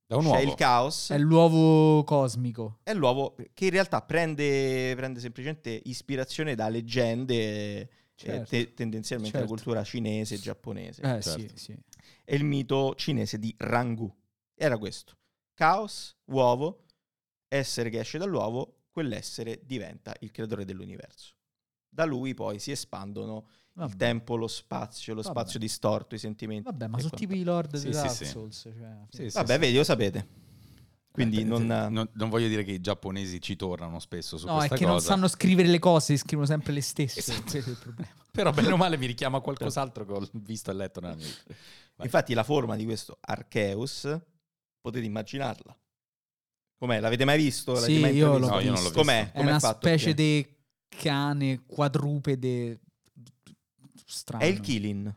[SPEAKER 3] Da un
[SPEAKER 1] C'è
[SPEAKER 3] uovo.
[SPEAKER 1] il caos
[SPEAKER 2] È l'uovo cosmico.
[SPEAKER 1] è l'uovo che in realtà prende, prende semplicemente ispirazione da leggende eh,
[SPEAKER 2] Certo.
[SPEAKER 1] te- tendenzialmente la
[SPEAKER 2] Certo.
[SPEAKER 1] cultura cinese e giapponese.
[SPEAKER 2] Eh
[SPEAKER 3] Certo.
[SPEAKER 2] sì, sì.
[SPEAKER 1] È il mito cinese di Rangu. Era questo. Caos, uovo, essere che esce dall'uovo, quell'essere diventa il creatore dell'universo. Da lui poi si espandono
[SPEAKER 2] Vabbè.
[SPEAKER 1] il tempo, lo spazio, lo
[SPEAKER 2] Vabbè.
[SPEAKER 1] spazio distorto, i sentimenti.
[SPEAKER 2] Vabbè, ma
[SPEAKER 1] e
[SPEAKER 2] sono
[SPEAKER 1] quant'altro.
[SPEAKER 2] tipo i Lord
[SPEAKER 3] Sì,
[SPEAKER 2] di
[SPEAKER 3] sì,
[SPEAKER 2] Dark
[SPEAKER 3] sì.
[SPEAKER 2] Souls. Cioè,
[SPEAKER 3] Sì, sì,
[SPEAKER 1] Vabbè,
[SPEAKER 3] sì.
[SPEAKER 1] vedi, lo sapete. Quindi
[SPEAKER 3] Eh,
[SPEAKER 1] non...
[SPEAKER 3] non, non voglio dire che i giapponesi ci tornano spesso su
[SPEAKER 2] No, è
[SPEAKER 3] questa
[SPEAKER 2] che
[SPEAKER 3] cosa.
[SPEAKER 2] non sanno scrivere le cose, scrivono sempre le stesse.
[SPEAKER 3] Esatto.
[SPEAKER 2] Questo è il problema.
[SPEAKER 3] Però bene o male mi richiama a qualcos'altro che ho visto e letto nella mia vita. Vai.
[SPEAKER 1] Infatti la forma di questo Arceus potete immaginarla. Com'è? L'avete mai visto? L'avete
[SPEAKER 2] Sì,
[SPEAKER 1] mai
[SPEAKER 2] io l'ho
[SPEAKER 1] intravisto?
[SPEAKER 3] No, io non l'ho visto.
[SPEAKER 1] Com'è?
[SPEAKER 2] È
[SPEAKER 1] Com'è
[SPEAKER 2] una
[SPEAKER 1] fatto?
[SPEAKER 2] specie di cane quadrupede strano.
[SPEAKER 1] È il Kilin.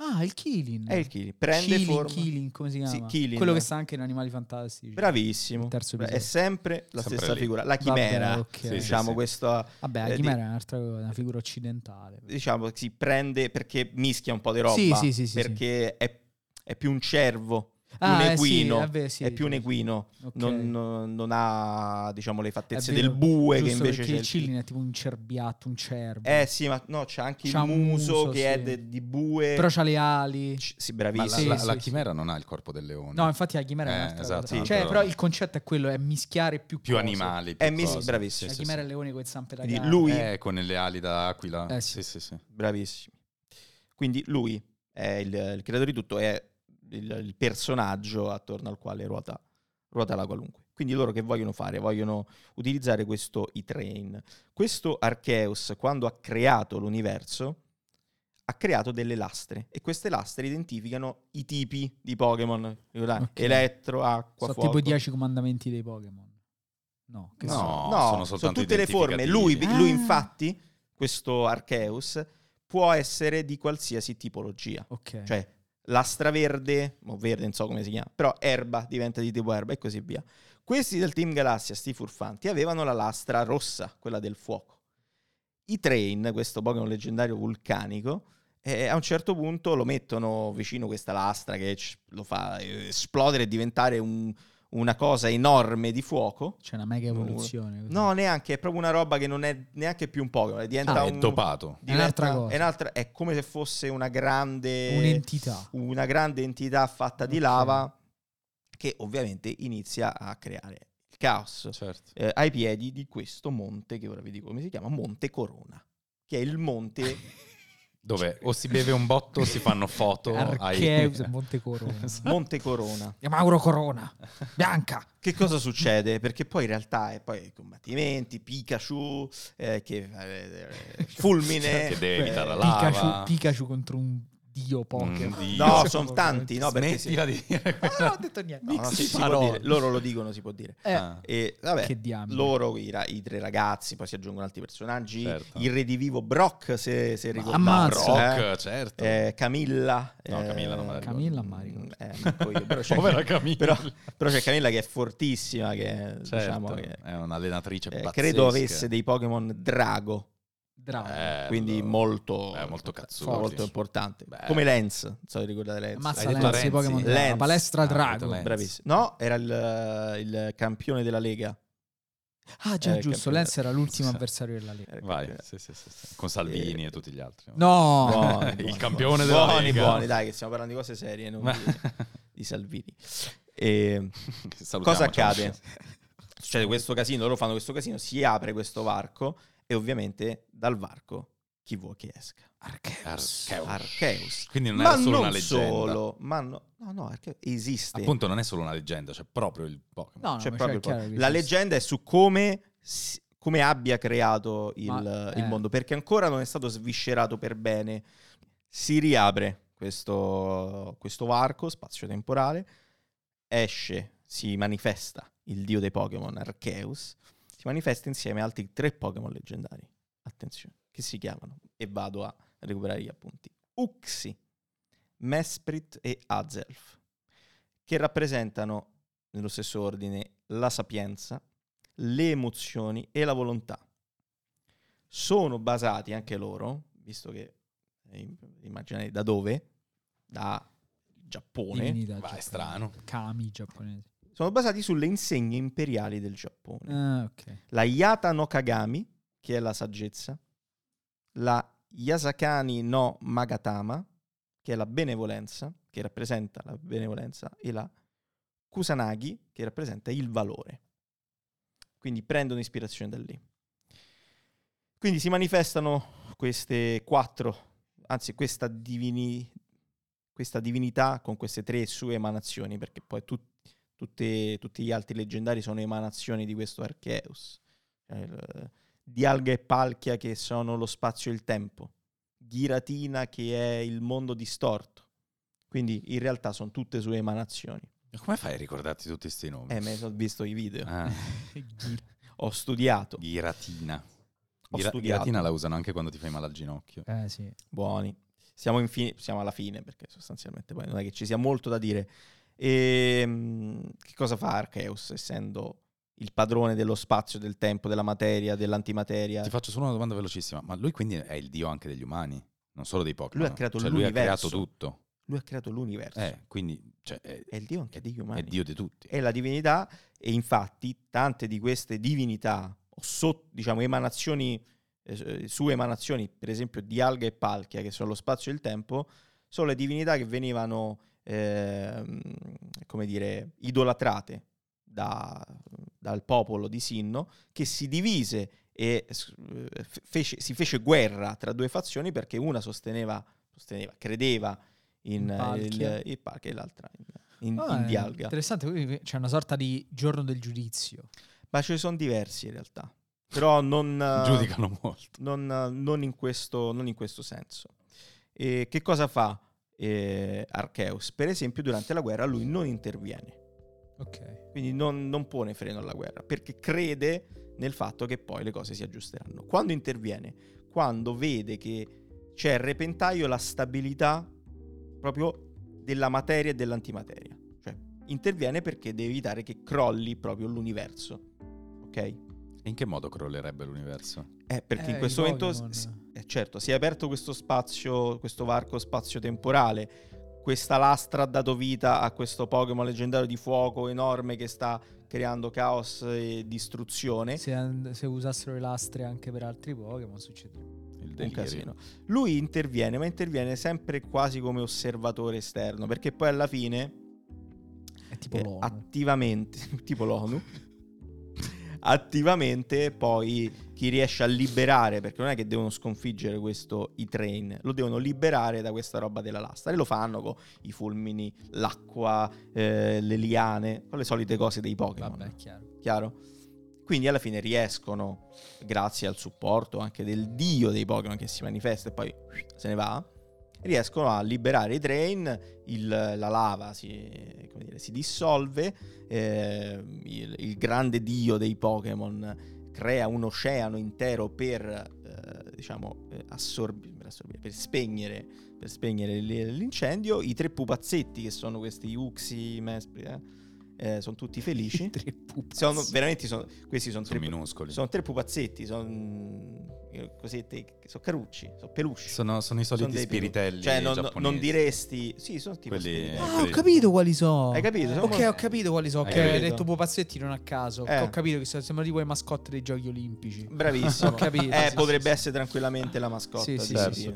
[SPEAKER 2] Ah, il Kilin.
[SPEAKER 1] È il Kilin. Prende
[SPEAKER 2] Kilin,
[SPEAKER 1] forma.
[SPEAKER 2] Kilin, come si
[SPEAKER 1] Sì,
[SPEAKER 2] chiama?
[SPEAKER 1] Kilin.
[SPEAKER 2] Quello che sta anche in Animali Fantastici.
[SPEAKER 1] Bravissimo.
[SPEAKER 2] Il terzo
[SPEAKER 1] Bra- È
[SPEAKER 2] episodio.
[SPEAKER 1] sempre la
[SPEAKER 3] Sempre
[SPEAKER 1] stessa
[SPEAKER 3] lì.
[SPEAKER 1] figura. La chimera.
[SPEAKER 2] Vabbè, ok.
[SPEAKER 3] Sì, sì,
[SPEAKER 1] Diciamo
[SPEAKER 3] sì.
[SPEAKER 1] questa,
[SPEAKER 2] Vabbè, la
[SPEAKER 1] eh, di-
[SPEAKER 2] chimera è un'altra cosa, una figura occidentale.
[SPEAKER 1] diciamo, si prende perché mischia un po' di roba.
[SPEAKER 2] Sì, sì, sì, sì,
[SPEAKER 1] perché È, è più un cervo,
[SPEAKER 2] Ah, eh, sì,
[SPEAKER 1] equino,
[SPEAKER 2] vabbè, sì,
[SPEAKER 1] è più un equino.
[SPEAKER 2] ok.
[SPEAKER 1] Non, non- non ha, diciamo, le fattezze
[SPEAKER 2] È vero,
[SPEAKER 1] del bue che
[SPEAKER 2] Giusto,
[SPEAKER 1] invece
[SPEAKER 2] perché
[SPEAKER 1] c'è
[SPEAKER 2] il Kilin è tipo un cerbiatto, un cervo.
[SPEAKER 1] Eh sì, ma no, c'è anche
[SPEAKER 2] C'ha
[SPEAKER 1] il
[SPEAKER 2] un
[SPEAKER 1] muso,
[SPEAKER 2] muso,
[SPEAKER 1] che è
[SPEAKER 2] sì.
[SPEAKER 1] de- di bue.
[SPEAKER 2] Però ha le ali.
[SPEAKER 1] C- sì,
[SPEAKER 3] Ma la,
[SPEAKER 1] bravissimo.
[SPEAKER 2] Sì,
[SPEAKER 3] la-
[SPEAKER 2] sì,
[SPEAKER 3] la
[SPEAKER 2] sì.
[SPEAKER 3] chimera non ha il corpo del leone.
[SPEAKER 2] No, infatti la chimera è
[SPEAKER 3] Eh,
[SPEAKER 2] un'altra
[SPEAKER 3] esatto,
[SPEAKER 2] cosa.
[SPEAKER 1] un'altra
[SPEAKER 2] Cioè,
[SPEAKER 3] cosa.
[SPEAKER 2] però il concetto è quello, è mischiare più
[SPEAKER 3] più
[SPEAKER 2] cose.
[SPEAKER 3] animali.
[SPEAKER 1] È
[SPEAKER 3] più
[SPEAKER 1] mis-
[SPEAKER 3] cose.
[SPEAKER 1] bravissimo.
[SPEAKER 2] La
[SPEAKER 3] Sì, sì,
[SPEAKER 2] chimera e
[SPEAKER 3] sì.
[SPEAKER 2] il leone con Cioè, le zampe da
[SPEAKER 1] Quindi
[SPEAKER 2] cane.
[SPEAKER 1] lui-
[SPEAKER 3] Eh, con le ali da aquila.
[SPEAKER 2] Eh, sì.
[SPEAKER 3] sì. sì, sì.
[SPEAKER 1] Bravissimo. Quindi lui è il, il creatore di tutto, è il, il personaggio attorno al quale ruota, ruota la qualunque. Quindi loro che vogliono fare? Vogliono utilizzare questo E-Train. Questo Arceus, quando ha creato l'universo, ha creato delle lastre e queste lastre identificano i tipi di Pokémon. Ricordate?
[SPEAKER 2] Ok.
[SPEAKER 1] Elettro, acqua,
[SPEAKER 2] Sono
[SPEAKER 1] fuoco.
[SPEAKER 2] tipo i dieci comandamenti dei Pokémon. No, che
[SPEAKER 3] No,
[SPEAKER 2] sono?
[SPEAKER 1] No,
[SPEAKER 3] sono
[SPEAKER 1] sono,
[SPEAKER 3] soltanto
[SPEAKER 1] tutte le forme. Lui,
[SPEAKER 3] identificativi.
[SPEAKER 1] lui,
[SPEAKER 2] Ah.
[SPEAKER 1] infatti, questo Arceus, può essere di qualsiasi tipologia.
[SPEAKER 2] Ok.
[SPEAKER 1] Cioè, l'astra verde, o verde non so come si chiama, però erba diventa di tipo erba e così via. Questi del Team Galassia, sti furfanti, avevano la lastra rossa, quella del fuoco. I Train, questo Pokémon leggendario vulcanico, eh, a un certo punto lo mettono vicino questa lastra che c- lo fa eh, esplodere e diventare un- una cosa enorme di fuoco.
[SPEAKER 2] C'è una mega
[SPEAKER 1] No.
[SPEAKER 2] evoluzione. così.
[SPEAKER 1] No, neanche, è proprio una roba che non è neanche più un Pokémon, diventa
[SPEAKER 2] Ah,
[SPEAKER 3] È
[SPEAKER 1] un...
[SPEAKER 3] dopato.
[SPEAKER 1] diventa-
[SPEAKER 2] un'altra cosa.
[SPEAKER 1] È, un'altra- è come se fosse una grande...
[SPEAKER 2] Un'entità.
[SPEAKER 1] una grande entità fatta di
[SPEAKER 2] Ok.
[SPEAKER 1] lava che ovviamente inizia a creare il caos
[SPEAKER 3] Certo.
[SPEAKER 1] eh, ai piedi di questo monte che ora vi dico come si chiama, Monte Corona, che è il monte...
[SPEAKER 3] Dove o si beve un botto o si fanno foto. ai...
[SPEAKER 2] Archeus e Monte Corona.
[SPEAKER 1] Monte Corona.
[SPEAKER 2] E Mauro Corona. Bianca.
[SPEAKER 1] Che cosa succede? Perché poi in realtà è poi combattimenti, Pikachu, eh, che, eh, eh, fulmine...
[SPEAKER 3] Che deve evitare la
[SPEAKER 1] eh,
[SPEAKER 3] lava.
[SPEAKER 2] Pikachu, Pikachu contro un dio Pokémon.
[SPEAKER 3] Un dio.
[SPEAKER 1] No, sono tanti, no, perché si-
[SPEAKER 3] Smettila di
[SPEAKER 2] Ah,
[SPEAKER 3] dire questa-
[SPEAKER 2] non ho detto niente.
[SPEAKER 1] No, no,
[SPEAKER 3] Mix
[SPEAKER 1] si-
[SPEAKER 3] di
[SPEAKER 1] si può
[SPEAKER 3] parole.
[SPEAKER 1] dire, loro lo dicono, si può dire.
[SPEAKER 2] Eh,
[SPEAKER 3] Ah,
[SPEAKER 1] E vabbè,
[SPEAKER 2] Che diamine.
[SPEAKER 1] loro, i, ra- i tre ragazzi, poi si aggiungono altri personaggi.
[SPEAKER 3] Certo.
[SPEAKER 1] Il redivivo Brock, se, se ricordate.
[SPEAKER 2] ammazza.
[SPEAKER 1] Brock,
[SPEAKER 3] Rock, certo.
[SPEAKER 1] eh, Camilla.
[SPEAKER 3] No,
[SPEAKER 1] eh,
[SPEAKER 3] Camilla non me la ricordo.
[SPEAKER 2] Camilla non me la ricordo.
[SPEAKER 1] eh, manco io, però, c'è,
[SPEAKER 3] Povera Certo. Camilla.
[SPEAKER 1] però- però c'è Camilla che è fortissima, che,
[SPEAKER 2] Certo.
[SPEAKER 1] diciamo, che,
[SPEAKER 3] è un'allenatrice
[SPEAKER 1] eh,
[SPEAKER 3] pazzesca. Eh,
[SPEAKER 1] credo avesse dei Pokémon Drago,
[SPEAKER 2] Drago.
[SPEAKER 3] Bello.
[SPEAKER 1] quindi molto,
[SPEAKER 3] Eh, molto cazzuti.
[SPEAKER 1] molto importante.
[SPEAKER 3] Bello.
[SPEAKER 1] Come Lens, non so se ricordate Lens.
[SPEAKER 2] Ammazza
[SPEAKER 3] Hai detto
[SPEAKER 2] Lenz, i
[SPEAKER 3] Renzi?
[SPEAKER 2] Pokémon Drago.
[SPEAKER 1] Lenz.
[SPEAKER 2] Palestra
[SPEAKER 3] Ah,
[SPEAKER 2] Drago.
[SPEAKER 3] hai detto Lenz.
[SPEAKER 1] Bravissimo. No, era il, eh, il campione della Lega.
[SPEAKER 2] Ah, già,
[SPEAKER 1] Eh,
[SPEAKER 2] giusto.
[SPEAKER 1] campione.
[SPEAKER 2] Lenz era l'ultimo
[SPEAKER 3] Sì. Eh,
[SPEAKER 2] avversario della Lega.
[SPEAKER 1] Era il
[SPEAKER 3] Vai,
[SPEAKER 1] campione.
[SPEAKER 3] sì, sì, sì, sì. con Salvini
[SPEAKER 1] Eh,
[SPEAKER 3] e tutti gli altri.
[SPEAKER 2] No,
[SPEAKER 1] Buoni,
[SPEAKER 3] Il
[SPEAKER 1] buoni,
[SPEAKER 3] campione
[SPEAKER 1] buoni.
[SPEAKER 3] della
[SPEAKER 1] buoni,
[SPEAKER 3] Lega.
[SPEAKER 1] Buoni, dai, che stiamo parlando di cose serie, non
[SPEAKER 3] Ma-
[SPEAKER 1] di, di Salvini. E
[SPEAKER 3] Salutiamo,
[SPEAKER 1] cosa
[SPEAKER 3] ciao.
[SPEAKER 1] accade? Succede questo casino, loro fanno questo casino, si apre questo varco e ovviamente dal varco chi vuoi che esca?
[SPEAKER 2] Arceus.
[SPEAKER 3] Archeus.
[SPEAKER 1] Arceus.
[SPEAKER 3] Quindi non
[SPEAKER 1] ma
[SPEAKER 3] è solo
[SPEAKER 1] non
[SPEAKER 3] una leggenda.
[SPEAKER 1] solo, ma no, no, no, Arceus esiste.
[SPEAKER 3] Appunto, non è solo una leggenda, c'è proprio il Pokémon.
[SPEAKER 2] No, no,
[SPEAKER 1] Cioè,
[SPEAKER 2] ma
[SPEAKER 1] proprio
[SPEAKER 2] cioè, è chiaro
[SPEAKER 1] proprio.
[SPEAKER 2] che
[SPEAKER 1] La
[SPEAKER 2] esiste.
[SPEAKER 1] leggenda è su come, si- come abbia creato il,
[SPEAKER 2] Ma,
[SPEAKER 1] il
[SPEAKER 2] eh.
[SPEAKER 1] mondo, perché ancora non è stato sviscerato per bene. Si riapre questo, questo varco spazio-temporale, esce, si manifesta il dio dei Pokémon, Arceus, si manifesta insieme a altri tre Pokémon leggendari. Attenzione, che si chiamano, e vado a recuperare gli appunti, Uxi, Mesprit e Azelf, che rappresentano, nello stesso ordine, la sapienza, le emozioni e la volontà. Sono basati anche loro, visto che eh, immaginate da dove, da Giappone,
[SPEAKER 2] Divinità
[SPEAKER 3] Vai,
[SPEAKER 2] giapponese.
[SPEAKER 3] strano.
[SPEAKER 2] Kami giapponese.
[SPEAKER 1] sono basati sulle insegne imperiali del Giappone.
[SPEAKER 2] Ah, ok.
[SPEAKER 1] la Yata no Kagami, che è la saggezza, la Yasakani no Magatama, che è la benevolenza, che rappresenta la benevolenza, e la Kusanagi, che rappresenta il valore. Quindi prendono ispirazione da lì. Quindi si manifestano queste quattro, anzi questa, divini- questa divinità con queste tre sue emanazioni, perché poi tut- tutte- tutti gli altri leggendari sono emanazioni di questo Archeus. Cioè, il- di Alga e Palchia che sono lo spazio e il tempo, Giratina che è il mondo distorto. Quindi in realtà sono tutte sue emanazioni.
[SPEAKER 3] Ma Come fai a ricordarti tutti questi nomi?
[SPEAKER 1] Eh, me ne sono visto i video.
[SPEAKER 3] Ah,
[SPEAKER 1] Ho studiato.
[SPEAKER 3] ghiratina.
[SPEAKER 1] Ho
[SPEAKER 3] Ghira-
[SPEAKER 1] studiato.
[SPEAKER 3] ghiratina la usano anche quando ti fai male al ginocchio.
[SPEAKER 2] Eh sì.
[SPEAKER 1] Buoni. Siamo, in fine- siamo alla fine perché sostanzialmente poi non è che ci sia molto da dire. Ehm, che cosa fa Archeus essendo il padrone dello spazio, del tempo, della materia, dell'antimateria?
[SPEAKER 3] Ti faccio solo una domanda velocissima. Ma lui quindi è il dio anche degli umani, non solo dei Pokémon.
[SPEAKER 1] Lui ha creato
[SPEAKER 3] cioè, lui ha
[SPEAKER 1] l'universo.
[SPEAKER 3] creato tutto.
[SPEAKER 1] Lui ha creato l'universo.
[SPEAKER 3] Eh, quindi cioè, è,
[SPEAKER 1] È il dio anche degli umani.
[SPEAKER 3] è dio di tutti.
[SPEAKER 1] è la divinità e infatti tante di queste divinità o sotto, diciamo emanazioni eh, su emanazioni per esempio di alga e palchia che sono lo spazio e il tempo sono le divinità che venivano ehm, come dire idolatrate da- dal popolo di Sinno che si divise e s- eh, fe- fece- si fece guerra tra due fazioni perché una sosteneva, sosteneva, credeva in,
[SPEAKER 2] In
[SPEAKER 1] eh, il-
[SPEAKER 2] Palchia.
[SPEAKER 1] il Palchia e l'altra in, in,
[SPEAKER 2] Ah,
[SPEAKER 1] in
[SPEAKER 2] è
[SPEAKER 1] Dialga.
[SPEAKER 2] Interessante, quindi c'è una sorta di giorno del giudizio.
[SPEAKER 1] Ma ce ne sono diversi in realtà. Però non, eh,
[SPEAKER 3] Giudicano molto.
[SPEAKER 1] non, eh, non in, questo, non in questo senso. E che cosa fa eh, Archeus? Per esempio, durante la guerra lui non interviene,
[SPEAKER 2] Ok.
[SPEAKER 1] quindi non, non pone freno alla guerra, perché crede nel fatto che poi le cose si aggiusteranno. Quando interviene? Quando vede che c'è a repentaglio la stabilità proprio della materia e dell'antimateria. Cioè, interviene perché deve evitare che crolli proprio l'universo. Ok?
[SPEAKER 3] E in che modo crollerebbe l'universo?
[SPEAKER 1] Eh, perché
[SPEAKER 2] Eh,
[SPEAKER 1] in
[SPEAKER 2] i
[SPEAKER 1] questo momento,
[SPEAKER 2] Pokémon.
[SPEAKER 1] s- eh, certo, si è aperto questo spazio, questo varco spazio-temporale. Questa lastra ha dato vita a questo Pokémon leggendario di fuoco enorme che sta creando caos e distruzione.
[SPEAKER 2] Se, and- se usassero le lastre anche per altri Pokémon succede.
[SPEAKER 3] Il
[SPEAKER 1] Un
[SPEAKER 3] delirio.
[SPEAKER 1] casino. Lui interviene, ma interviene sempre quasi come osservatore esterno, perché poi alla fine
[SPEAKER 2] È tipo
[SPEAKER 1] eh,
[SPEAKER 2] l'ONU.
[SPEAKER 1] attivamente, tipo l'ONU, attivamente poi chi riesce a liberare, perché non è che devono sconfiggere questo E-Train, lo devono liberare da questa roba della lastra e lo fanno con i fulmini, l'acqua, eh, le liane, con le solite cose dei Pokémon,
[SPEAKER 2] Vabbè, è chiaro.
[SPEAKER 1] chiaro? Quindi alla fine riescono, grazie al supporto anche del dio dei Pokémon che si manifesta e poi se ne va, riescono a liberare i Train, il- la lava si, come dire, si dissolve, eh, il, il grande dio dei Pokémon crea un oceano intero per, eh, diciamo, eh, assorbi- per assorbire, per spegnere, per spegnere l- l'incendio. I tre pupazzetti, che sono questi Uxi, Mespri, eh, eh, sono tutti felici.
[SPEAKER 2] Tre pupazzi.
[SPEAKER 1] Sono, veramente sono- questi sono,
[SPEAKER 3] Sono
[SPEAKER 1] tre,
[SPEAKER 3] minuscoli.
[SPEAKER 1] sono tre pupazzetti, sono cosette, sono carucci, sono pelucci.
[SPEAKER 3] Sono, sono i soliti
[SPEAKER 1] dei
[SPEAKER 3] spiritelli.
[SPEAKER 1] Cioè, non,
[SPEAKER 3] giapponesi.
[SPEAKER 1] non diresti. Sì, sono tipo
[SPEAKER 3] Quelli-
[SPEAKER 1] spiritelli.
[SPEAKER 2] Ah, ho
[SPEAKER 3] quelli-
[SPEAKER 2] capito quali sono.
[SPEAKER 1] Hai capito? Sono
[SPEAKER 2] Ok,
[SPEAKER 1] mo-
[SPEAKER 2] ho capito quali sono.
[SPEAKER 3] Hai
[SPEAKER 2] Ok, hai
[SPEAKER 1] capito?
[SPEAKER 2] detto pupazzetti non a caso.
[SPEAKER 1] Eh.
[SPEAKER 2] Ho capito che sono- sembrano tipo le mascotte dei giochi olimpici.
[SPEAKER 1] Bravissimo.
[SPEAKER 2] Ho capito,
[SPEAKER 1] Eh,
[SPEAKER 2] sì,
[SPEAKER 1] potrebbe
[SPEAKER 2] sì, sì.
[SPEAKER 1] essere tranquillamente la mascotta.
[SPEAKER 2] Sì,
[SPEAKER 1] di-
[SPEAKER 2] sì,
[SPEAKER 3] sì,
[SPEAKER 1] di-
[SPEAKER 3] sì.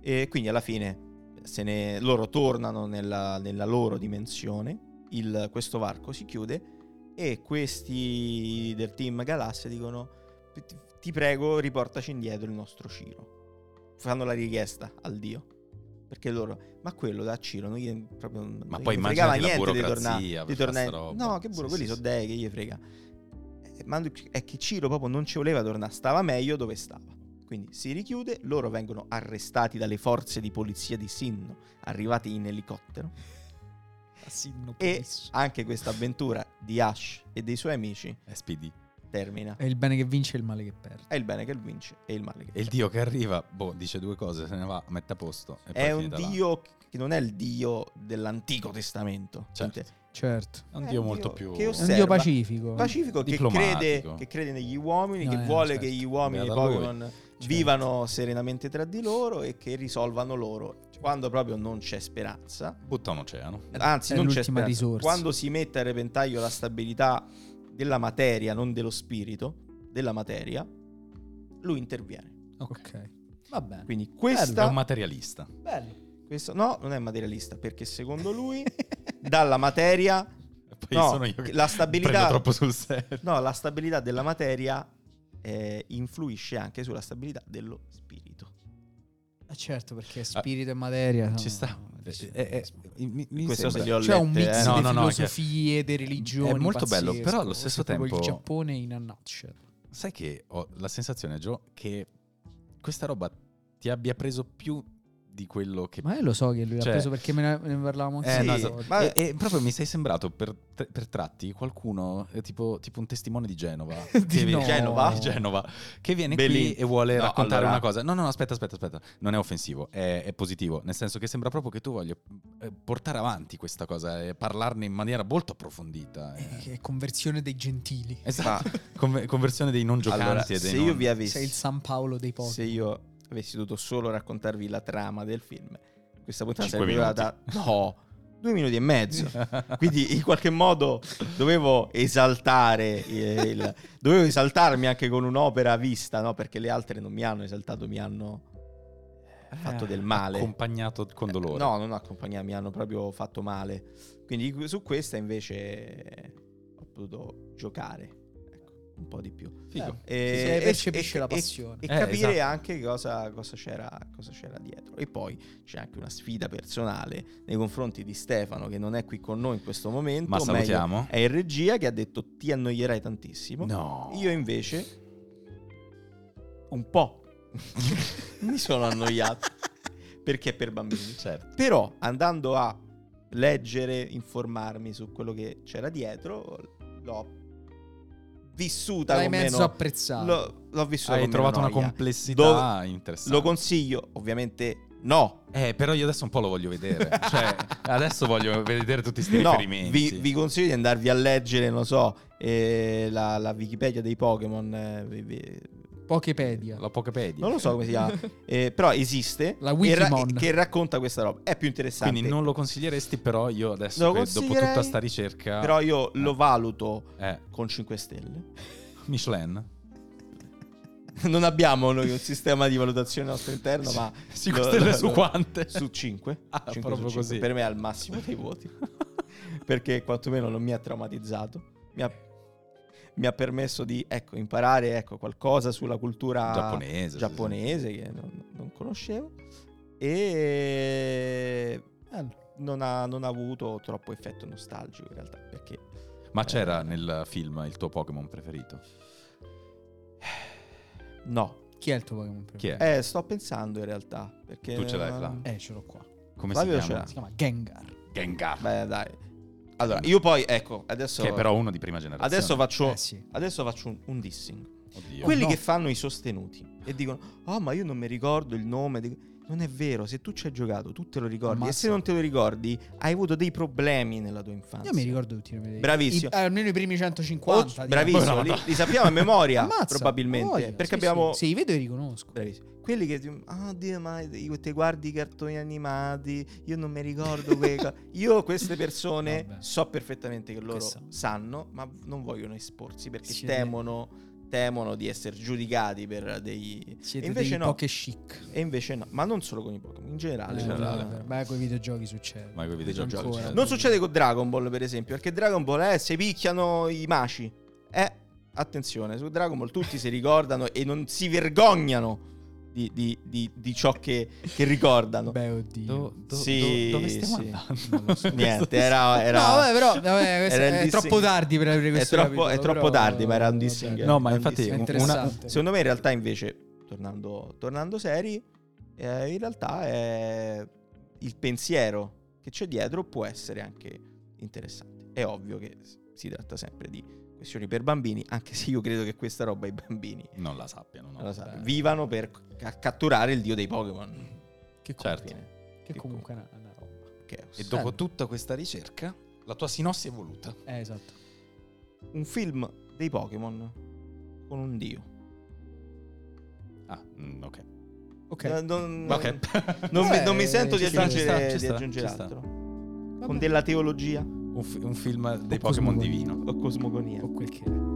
[SPEAKER 1] E quindi alla fine se ne- loro tornano nella, nella loro dimensione. il- questo varco si chiude. E questi del team Galassia dicono: "Ti- Ti prego, riportaci indietro il nostro Ciro. Fanno la richiesta al dio. Perché loro, ma quello da Ciro, non gli, proprio, non
[SPEAKER 3] Ma
[SPEAKER 1] gli
[SPEAKER 3] poi
[SPEAKER 1] fregava
[SPEAKER 3] immaginati la
[SPEAKER 1] niente di
[SPEAKER 3] burocrazia
[SPEAKER 1] tornare.
[SPEAKER 3] per
[SPEAKER 1] di
[SPEAKER 3] far
[SPEAKER 1] tornare-
[SPEAKER 3] sta roba.
[SPEAKER 1] No, che burro,
[SPEAKER 3] Sì,
[SPEAKER 1] quelli
[SPEAKER 3] sì,
[SPEAKER 1] sono
[SPEAKER 3] sì.
[SPEAKER 1] dei che gli frega. Eh, Ma lui- è che Ciro proprio non ci voleva tornare, stava meglio dove stava. Quindi si richiude, loro vengono arrestati dalle forze di polizia di Sinno, arrivati in elicottero.
[SPEAKER 2] Assinno
[SPEAKER 1] E
[SPEAKER 2] pupazzo.
[SPEAKER 3] Eh,
[SPEAKER 1] anche questa avventura di Ash e dei suoi amici
[SPEAKER 3] SPD.
[SPEAKER 1] termina.
[SPEAKER 2] È il bene che vince e il male che perde.
[SPEAKER 1] È il bene che vince e il male che
[SPEAKER 3] E il
[SPEAKER 1] perde.
[SPEAKER 3] dio che arriva, boh, dice due cose, se ne va, mette a posto. E poi
[SPEAKER 1] È un
[SPEAKER 3] finita là.
[SPEAKER 1] dio che non è il dio dell'Antico Testamento. Cioè,
[SPEAKER 3] Certo.
[SPEAKER 1] Quindi
[SPEAKER 2] Certo.
[SPEAKER 3] È un
[SPEAKER 1] È
[SPEAKER 3] dio
[SPEAKER 1] un dio
[SPEAKER 3] molto più...
[SPEAKER 1] che
[SPEAKER 2] È un
[SPEAKER 1] osserva-
[SPEAKER 2] dio pacifico.
[SPEAKER 1] Pacifico che
[SPEAKER 3] Diplomatico.
[SPEAKER 1] crede, che crede negli uomini,
[SPEAKER 2] No,
[SPEAKER 1] che
[SPEAKER 2] eh,
[SPEAKER 1] vuole
[SPEAKER 2] certo.
[SPEAKER 1] che gli uomini e i
[SPEAKER 3] Beato a lui.
[SPEAKER 1] Pokémon vivano serenamente tra di loro e che risolvano loro quando proprio non c'è speranza.
[SPEAKER 3] Butta un oceano.
[SPEAKER 1] Anzi,
[SPEAKER 2] È
[SPEAKER 1] non c'è
[SPEAKER 2] l'ultima
[SPEAKER 1] speranza.
[SPEAKER 2] risorsa.
[SPEAKER 1] Quando si mette a repentaglio la stabilità della materia, non dello spirito, della materia, lui interviene.
[SPEAKER 2] Ok. Va bene.
[SPEAKER 1] Quindi
[SPEAKER 3] È un
[SPEAKER 1] questa,
[SPEAKER 3] materialista.
[SPEAKER 2] Bello.
[SPEAKER 1] questo- no, non è materialista perché secondo lui dalla materia
[SPEAKER 3] E Poi
[SPEAKER 1] no,
[SPEAKER 3] sono io che
[SPEAKER 1] la stabilità
[SPEAKER 3] prendo troppo sul serio.
[SPEAKER 1] No, la stabilità della materia eh, influisce anche sulla stabilità dello spirito.
[SPEAKER 2] Eh, certo, perché spirito e materia.
[SPEAKER 3] Ah, Ci
[SPEAKER 2] no.
[SPEAKER 3] sta. Eh, eh, eh, mi- mi
[SPEAKER 1] Questo se
[SPEAKER 3] sembra-
[SPEAKER 1] li ho
[SPEAKER 2] C'è un
[SPEAKER 1] lette,
[SPEAKER 2] mix
[SPEAKER 1] eh.
[SPEAKER 3] No,
[SPEAKER 2] di
[SPEAKER 3] no, no,
[SPEAKER 2] filosofie, di religioni.
[SPEAKER 3] È molto bello,
[SPEAKER 2] pazzesco.
[SPEAKER 3] però allo stesso
[SPEAKER 2] Proprio
[SPEAKER 3] tempo-
[SPEAKER 2] Il Giappone in a nutshell.
[SPEAKER 3] Sai che ho la sensazione, Gio, che questa roba ti abbia preso più di quello che...
[SPEAKER 2] Ma io lo so che lui
[SPEAKER 3] Cioè-
[SPEAKER 2] ha preso perché me ne, ne parlavamo
[SPEAKER 3] Eh,
[SPEAKER 2] insieme.
[SPEAKER 3] no,
[SPEAKER 1] Sì,
[SPEAKER 3] esatto.
[SPEAKER 1] ma-
[SPEAKER 3] e, e proprio mi sei sembrato per, per tratti qualcuno, eh, tipo, tipo un testimone di Genova. che
[SPEAKER 2] Di
[SPEAKER 3] viene-
[SPEAKER 2] no.
[SPEAKER 1] Genova?
[SPEAKER 3] Di Genova, Che viene
[SPEAKER 1] Belin.
[SPEAKER 3] qui e vuole
[SPEAKER 1] No,
[SPEAKER 3] raccontare
[SPEAKER 1] allora-
[SPEAKER 3] una cosa. No, no, no, aspetta, aspetta, aspetta. Non è offensivo, è, è positivo. Nel senso che sembra proprio che tu voglia eh, portare avanti questa cosa e parlarne in maniera molto approfondita. eh.
[SPEAKER 2] Eh, che è conversione dei gentili.
[SPEAKER 3] Esatto. Con- conversione dei non giocanti
[SPEAKER 1] Allora,
[SPEAKER 3] e dei
[SPEAKER 1] se
[SPEAKER 3] non-
[SPEAKER 1] io vi
[SPEAKER 2] Sei il
[SPEAKER 1] avessi
[SPEAKER 2] San Paolo dei popoli.
[SPEAKER 1] se io avessi dovuto solo raccontarvi la trama del film, questa puntata
[SPEAKER 3] Cinque
[SPEAKER 1] sarebbe durata no, due minuti e mezzo. Quindi in qualche modo dovevo esaltare eh, il- dovevo esaltarmi anche con un'opera vista, no? Perché le altre non mi hanno esaltato, mi hanno fatto
[SPEAKER 2] Eh.
[SPEAKER 3] Eh,
[SPEAKER 1] del male. eh,
[SPEAKER 3] Accompagnato con dolore.
[SPEAKER 1] No, non accompagnato, mi hanno proprio fatto male. Quindi que- su questa invece eh, ho potuto giocare ecco, un po' di più.
[SPEAKER 3] Figo.
[SPEAKER 2] Sì, sì, percepisce la
[SPEAKER 1] e-
[SPEAKER 2] passione.
[SPEAKER 1] E,
[SPEAKER 3] Eh,
[SPEAKER 1] capire
[SPEAKER 3] esatto.
[SPEAKER 1] anche cosa, cosa c'era, cosa c'era dietro. E poi c'è anche una sfida personale nei confronti di Stefano, che non è qui con noi in questo momento.
[SPEAKER 3] Ma
[SPEAKER 1] meglio,
[SPEAKER 3] salutiamo.
[SPEAKER 1] È in regia che ha detto ti annoierai tantissimo.
[SPEAKER 3] No.
[SPEAKER 1] Io invece un po' mi sono annoiato perché è per bambini.
[SPEAKER 3] Certo.
[SPEAKER 1] Però andando a leggere, informarmi su quello che c'era dietro, l'ho vissuta
[SPEAKER 2] L'hai
[SPEAKER 1] con meno-
[SPEAKER 2] mezzo apprezzato.
[SPEAKER 1] l'ho, l'ho vissuta
[SPEAKER 3] Hai
[SPEAKER 1] con
[SPEAKER 3] trovato
[SPEAKER 1] meno
[SPEAKER 3] una
[SPEAKER 1] noia.
[SPEAKER 3] complessità interessante.
[SPEAKER 1] Lo consiglio? Ovviamente no.
[SPEAKER 3] eh, però io adesso un po' lo voglio vedere. cioè, adesso voglio vedere tutti questi
[SPEAKER 1] No,
[SPEAKER 3] riferimenti.
[SPEAKER 1] vi, vi consiglio di andarvi a leggere, non so, eh, la, la Wikipedia dei Pokémon. eh, vi- vi-
[SPEAKER 2] Pokepedia.
[SPEAKER 3] La Pokepedia.
[SPEAKER 1] non lo so come si chiama, eh, però esiste.
[SPEAKER 2] La
[SPEAKER 1] e
[SPEAKER 2] Wikimon.
[SPEAKER 1] che racconta questa roba. È più interessante.
[SPEAKER 3] Quindi non lo consiglieresti, però io adesso
[SPEAKER 1] Lo
[SPEAKER 3] che dopo
[SPEAKER 1] consiglierei,
[SPEAKER 3] tutta sta ricerca...
[SPEAKER 1] Però io lo valuto
[SPEAKER 3] Eh,
[SPEAKER 1] con 5 stelle.
[SPEAKER 3] Michelin.
[SPEAKER 1] Non abbiamo noi un sistema di valutazione al nostro interno, ma
[SPEAKER 3] Si
[SPEAKER 1] lo-
[SPEAKER 3] costelle
[SPEAKER 1] lo-
[SPEAKER 3] su
[SPEAKER 1] lo-
[SPEAKER 3] quante?
[SPEAKER 1] su 5.
[SPEAKER 3] Ah, proprio così.
[SPEAKER 1] Per me è al massimo dei voti. Perché quantomeno non mi ha traumatizzato. Mi ha, mi ha permesso di ecco, imparare ecco, qualcosa sulla cultura
[SPEAKER 3] Giapponese. sì,
[SPEAKER 1] giapponese che non, non conoscevo. E
[SPEAKER 2] Bello.
[SPEAKER 1] non ha, non ha avuto troppo effetto nostalgico in realtà. Perché
[SPEAKER 3] sì. Ma c'era nel film il tuo Pokémon preferito?
[SPEAKER 1] no,
[SPEAKER 2] Chi è il tuo Pokémon preferito?
[SPEAKER 3] Chi è?
[SPEAKER 1] Eh, sto pensando in realtà. Perché
[SPEAKER 3] Tu ce l'hai,
[SPEAKER 1] non-
[SPEAKER 3] Fla?
[SPEAKER 2] Eh, ce l'ho qua.
[SPEAKER 3] Come
[SPEAKER 1] Flavio
[SPEAKER 3] si chiama?
[SPEAKER 2] Si chiama Gengar.
[SPEAKER 3] Gengar.
[SPEAKER 1] Beh, dai. Allora, io poi, ecco, adesso,
[SPEAKER 3] Che è però uno di prima generazione.
[SPEAKER 1] adesso faccio,
[SPEAKER 2] Eh sì.
[SPEAKER 1] adesso faccio un, un dissing.
[SPEAKER 3] Oddio.
[SPEAKER 1] Quelli
[SPEAKER 2] no.
[SPEAKER 1] che fanno i sostenuti e dicono, oh, ma io non mi ricordo il nome. dico, non è vero, se tu ci hai giocato, tu te lo ricordi. E
[SPEAKER 2] Ammazza.
[SPEAKER 1] se non te lo ricordi, hai avuto dei problemi nella tua infanzia.
[SPEAKER 2] Io mi ricordo tutti i nomi.
[SPEAKER 1] Bravissimo.
[SPEAKER 2] I- eh, almeno i primi
[SPEAKER 1] Oh,
[SPEAKER 2] 150. di-
[SPEAKER 1] bravissimo,
[SPEAKER 3] Oh,
[SPEAKER 1] li,
[SPEAKER 3] no.
[SPEAKER 1] li sappiamo a memoria,
[SPEAKER 2] Ammazza,
[SPEAKER 1] probabilmente.
[SPEAKER 2] voglia,
[SPEAKER 1] perché
[SPEAKER 2] sì,
[SPEAKER 1] abbiamo...
[SPEAKER 2] Sì, Sì, li vedo e li riconosco.
[SPEAKER 1] Bravissimo. Quelli che dicono, ah Dio, ma io te guardi i cartoni animati, io non mi ricordo quelle co-". Io queste persone
[SPEAKER 2] Vabbè.
[SPEAKER 1] so perfettamente che loro
[SPEAKER 2] sanno.
[SPEAKER 1] sanno, ma non vogliono esporsi perché
[SPEAKER 2] Siete-
[SPEAKER 1] temono, temono di essere giudicati per dei...
[SPEAKER 2] Siete
[SPEAKER 1] e invece
[SPEAKER 2] dei
[SPEAKER 1] no.
[SPEAKER 2] poche chic.
[SPEAKER 1] E invece no, ma non solo con i Pokémon, in generale.
[SPEAKER 2] Eh,
[SPEAKER 1] con-
[SPEAKER 3] generale.
[SPEAKER 2] vabbè, Beh, con i videogiochi succede.
[SPEAKER 3] Ma con i
[SPEAKER 1] videogiochi
[SPEAKER 3] videogiochi.
[SPEAKER 2] Ancora.
[SPEAKER 3] cioè,
[SPEAKER 1] Non succede con Dragon Ball, per esempio, perché Dragon Ball è se picchiano i maci. Eh, attenzione, su Dragon Ball tutti si ricordano e non si vergognano di, di- di- di ciò che, che ricordano.
[SPEAKER 2] Beh, oddio.
[SPEAKER 3] Do- do-
[SPEAKER 1] Sì,
[SPEAKER 3] do- dove stiamo
[SPEAKER 1] sì.
[SPEAKER 3] andando? Non lo so.
[SPEAKER 1] Niente, era... era-
[SPEAKER 2] No, vabbè, però vabbè, questo
[SPEAKER 1] era il
[SPEAKER 2] è
[SPEAKER 1] dissing-
[SPEAKER 2] troppo tardi per avere
[SPEAKER 1] È
[SPEAKER 2] questo
[SPEAKER 1] troppo-
[SPEAKER 2] capitolo,
[SPEAKER 1] è troppo
[SPEAKER 2] però-
[SPEAKER 1] tardi, ma era un
[SPEAKER 2] vabbè.
[SPEAKER 1] dissing.
[SPEAKER 3] No, ma infatti
[SPEAKER 1] È
[SPEAKER 3] un- una,
[SPEAKER 2] interessante.
[SPEAKER 1] Secondo me in realtà invece, tornando, tornando seri, eh, in realtà è il pensiero che c'è dietro può essere anche interessante. È ovvio che si tratta sempre di questioni per bambini, anche se io credo che questa roba i bambini
[SPEAKER 3] Non la sappiano, no.
[SPEAKER 1] non la sappiano,
[SPEAKER 2] beh.
[SPEAKER 1] vivano per ca- catturare il dio dei Pokémon.
[SPEAKER 2] Che, com-
[SPEAKER 3] Certo.
[SPEAKER 1] Fine.
[SPEAKER 2] che comunque è una, una roba.
[SPEAKER 1] Che è
[SPEAKER 3] E
[SPEAKER 1] osservo.
[SPEAKER 3] dopo tutta questa ricerca, la tua sinossi è voluta.
[SPEAKER 2] Eh, esatto.
[SPEAKER 1] un film dei Pokémon con un dio.
[SPEAKER 3] Ah, mm, ok.
[SPEAKER 2] Ok.
[SPEAKER 1] Eh, Non,
[SPEAKER 3] Ok.
[SPEAKER 1] non mi,
[SPEAKER 2] Vabbè,
[SPEAKER 1] non mi sento di
[SPEAKER 2] ci sta,
[SPEAKER 1] aggiungere,
[SPEAKER 3] ci sta, ci
[SPEAKER 1] di
[SPEAKER 3] sta,
[SPEAKER 1] aggiungere
[SPEAKER 3] ci sta.
[SPEAKER 1] altro.
[SPEAKER 2] Vabbè.
[SPEAKER 1] Con della teologia
[SPEAKER 3] un, fi- un film dei
[SPEAKER 2] Cosmo
[SPEAKER 3] Pokémon
[SPEAKER 2] Gold.
[SPEAKER 3] divino.
[SPEAKER 1] o cosmogonia.
[SPEAKER 2] O quel che è.